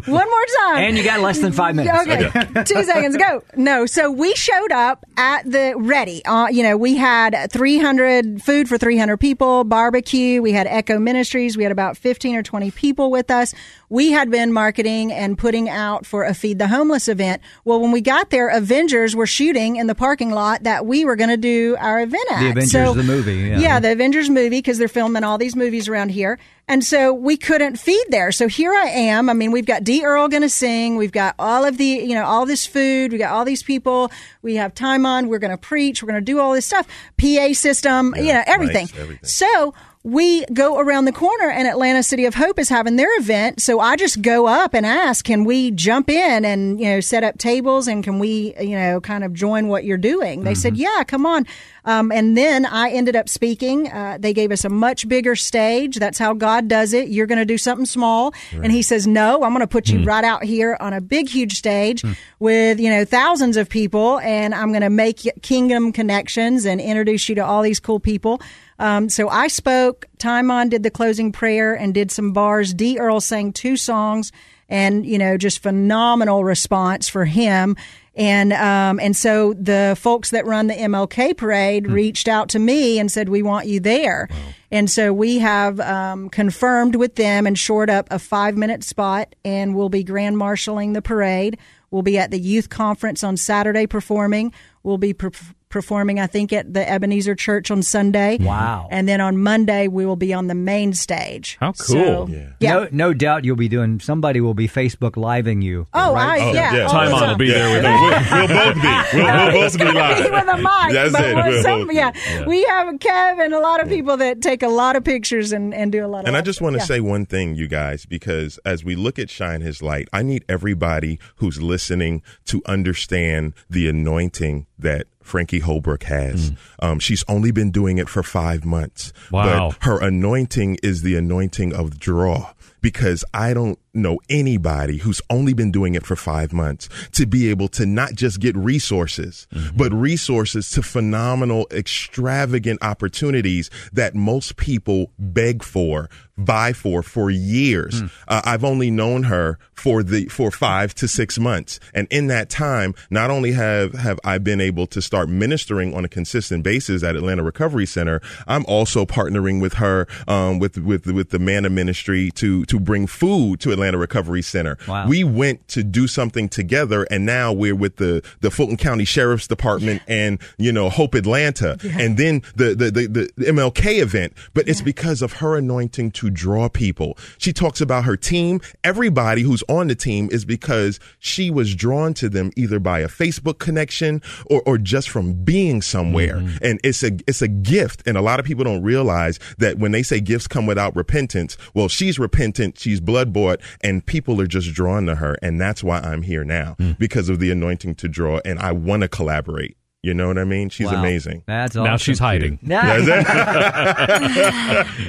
Speaker 6: One more time.
Speaker 5: And you got less than five minutes.
Speaker 6: Okay.
Speaker 5: Okay.
Speaker 6: Two seconds. Go. No. So we showed up at the ready. Uh, you know, we had 300 food for 300 people, barbecue. We had Echo Ministries. We had about 15 or 20 people with us. We had been marketing and putting out for a Feed the Homeless event. Well, when we got there, Avengers were shooting in the parking lot that we were going to do our event at.
Speaker 5: The Avengers,
Speaker 6: So-
Speaker 5: the movie. Yeah.
Speaker 6: the Avengers movie because they're filming all these movies around here. And so we couldn't feed there. So here I am. I mean, we've got D. Earl going to sing. We've got all of the, you know, all this food. We got all these people. We have time on. We're going to preach. We're going to do all this stuff. PA system, you know, everything.
Speaker 1: lights, everything.
Speaker 6: So we go around the corner and Atlanta City of Hope is having their event. So I just go up and ask, can we jump in and, you know, set up tables and can we, you know, kind of join what you're doing? They said, yeah, come on. Um, and then I ended up speaking. Uh, they gave us a much bigger stage. That's how God does it. You're going to do something small. And he says, no, I'm going to put you
Speaker 1: Hmm.
Speaker 6: right out here on a big, huge stage with, you know, thousands of people. And I'm going to make y- kingdom connections and introduce you to all these cool people. Um, so I spoke. Timon did the closing prayer and did some bars. D. Earl sang two songs, and you know, just phenomenal response for him. And um, and so the folks that run the MLK parade reached out to me and said, "We want you there." And so we have um, confirmed with them and shored up a five minute spot, and we'll be grand marshaling the parade. We'll be at the youth conference on Saturday performing. We'll be per- performing, I think, at the Ebenezer Church on Sunday.
Speaker 5: Wow.
Speaker 6: And then on Monday, we will be on the main stage. So- yeah.
Speaker 5: No, no doubt you'll be doing. Somebody will be Facebook living you.
Speaker 6: Oh, I- Oh, yeah, yeah. all
Speaker 15: Timon will be there with
Speaker 7: us. We'll, both be. We'll,
Speaker 6: Uh,
Speaker 7: we'll
Speaker 6: it's
Speaker 7: both be
Speaker 6: gonna
Speaker 7: live.
Speaker 6: be with a mic,
Speaker 7: That's
Speaker 6: but
Speaker 7: it.
Speaker 6: with
Speaker 7: We'll
Speaker 6: some-
Speaker 7: both be.
Speaker 6: yeah.
Speaker 7: Yeah.
Speaker 6: we have Kev and a lot of people that take a lot of pictures and, and do a lot of.
Speaker 7: And I just want to
Speaker 6: yeah.
Speaker 7: say one thing, you guys, because as we look at Shine His Light, I need everybody who's listening to understand the anointing that Frankie Holbrook has. Um, she's only been doing it for five months.
Speaker 15: Wow.
Speaker 7: But her anointing is the anointing of draw. Because I don't know anybody who's only been doing it for five months to be able to not just get resources, but resources to phenomenal, extravagant opportunities that most people beg for, buy for, for years. Uh, I've only known her for the, for five to six months. And in that time, not only have, have I been able to start ministering on a consistent basis at Atlanta Recovery Center, I'm also partnering with her, um, with, with, with the Mana Ministry to, to bring food to Atlanta Recovery Center.
Speaker 16: Wow.
Speaker 7: We went to do something together and now we're with the, the Fulton County Sheriff's Department and, you know, Hope Atlanta and then the, the, the, the MLK event. But it's because of her anointing to draw people. She talks about her team. Everybody who's on the team is because she was drawn to them either by a Facebook connection or, or just from being somewhere. And it's a, it's a gift. And a lot of people don't realize that when they say gifts come without repentance, well, she's repentant, she's blood bought, and people are just drawn to her. And that's why I'm here now
Speaker 11: Hmm.
Speaker 7: because of the anointing to draw. And I want to collaborate. You know what I mean? She's
Speaker 15: Wow.
Speaker 7: amazing.
Speaker 5: That's
Speaker 15: Now she's hiding.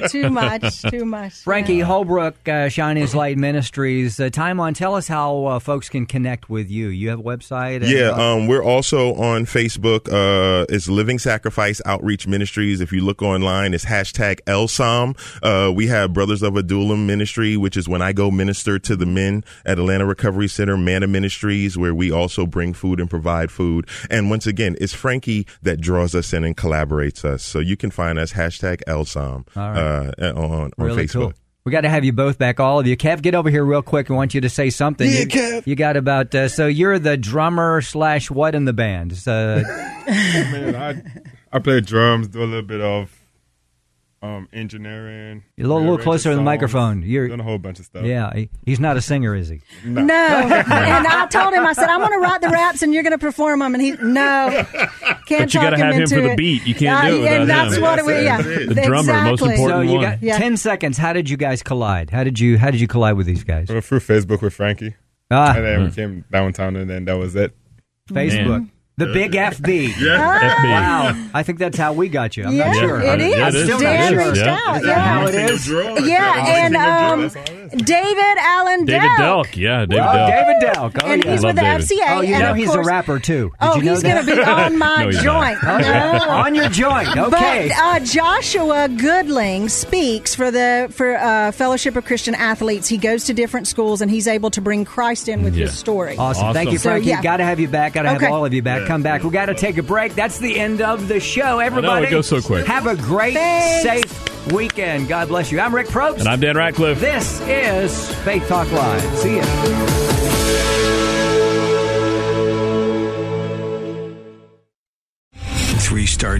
Speaker 6: too much, too much.
Speaker 5: Frankie Holbrook, uh, Shine His Light Ministries. Uh, Timon, tell us how uh, folks can connect with you. You have a website? and- uh,
Speaker 7: Yeah, um, we're also on Facebook. Uh, it's Living Sacrifice Outreach Ministries. If you look online, it's hashtag LSOM. Uh, we have Brothers of Adullam Ministry, which is when I go minister to the men at Atlanta Recovery Center, Mana Ministries, where we also bring food and provide food. And once again, it's Frankie that draws us in and collaborates us. So you can find us hashtag LSOM
Speaker 5: All right.
Speaker 7: uh, on, on
Speaker 5: really
Speaker 7: Facebook.
Speaker 5: cool. We got to have you both back, all of you. Kev, get over here real quick. I want you to say something.
Speaker 7: Yeah,
Speaker 5: you,
Speaker 7: Kev.
Speaker 5: You got about, uh, so you're the drummer slash what in the band? Uh,
Speaker 3: Man, I, I play drums, do a little bit of um, engineering.
Speaker 5: a little, little closer to the microphone. You're
Speaker 3: doing a whole bunch of stuff.
Speaker 5: Yeah, he, he's not a singer, is he?
Speaker 6: No, and I told him I said I'm going to write the raps and you're going to perform them, and he no, can't
Speaker 15: But you
Speaker 6: talk
Speaker 15: gotta have him
Speaker 6: into
Speaker 15: for the
Speaker 6: it.
Speaker 15: beat. You can't
Speaker 6: Uh,
Speaker 15: do it
Speaker 6: And
Speaker 15: without
Speaker 6: that's
Speaker 15: him.
Speaker 6: what we yeah.
Speaker 15: The drummer, most
Speaker 6: exactly.
Speaker 15: important
Speaker 5: So you
Speaker 15: one.
Speaker 5: got
Speaker 6: Yeah.
Speaker 5: ten seconds. How did you guys collide? How did you how did you collide with these guys?
Speaker 3: Through Facebook with Frankie.
Speaker 5: Ah.
Speaker 3: and then we
Speaker 5: Mm.
Speaker 3: came downtown, and then that was it.
Speaker 5: Facebook. The big FB.
Speaker 6: Ah.
Speaker 3: Yeah. FB.
Speaker 5: Wow. I think that's how we got you. I'm not
Speaker 3: Yeah,
Speaker 5: sure.
Speaker 3: it
Speaker 5: I'm,
Speaker 3: is.
Speaker 5: I'm still
Speaker 3: Dan
Speaker 5: not sure.
Speaker 3: reached
Speaker 6: out, yeah.
Speaker 5: Is that how it is?
Speaker 6: Yeah, and um, David Allen
Speaker 10: David
Speaker 6: Delk.
Speaker 10: Delk, yeah, David
Speaker 5: Oh,
Speaker 10: Delk.
Speaker 5: David Delk. Oh,
Speaker 6: And
Speaker 5: yeah.
Speaker 6: he's
Speaker 10: Love
Speaker 6: with the
Speaker 10: David.
Speaker 6: FCA.
Speaker 5: Oh, you
Speaker 6: and
Speaker 5: know
Speaker 6: of
Speaker 5: he's
Speaker 6: course-
Speaker 5: a rapper too. Did
Speaker 6: oh,
Speaker 5: you know
Speaker 6: he's
Speaker 5: that?
Speaker 6: going to be on my
Speaker 5: No, he's not.
Speaker 6: joint.
Speaker 5: Okay.
Speaker 6: No.
Speaker 5: on your joint. Okay.
Speaker 6: But uh, Joshua Goodling speaks for the for uh, Fellowship of Christian Athletes. He goes to different schools and he's able to bring Christ in with his story.
Speaker 5: Awesome. Thank you, Frankie.
Speaker 6: So, yeah.
Speaker 5: Got to have you back. Got to
Speaker 6: Okay.
Speaker 5: have all of you back. Come back. We got to take a break. That's the end of the show. Everybody,
Speaker 10: goes so quick.
Speaker 5: Have a great,
Speaker 6: Thanks.
Speaker 5: safe weekend. God bless you. I'm Rick Probst.
Speaker 10: And I'm Dan Ratcliffe.
Speaker 5: This is Faith Talk Live. See ya.
Speaker 1: Three star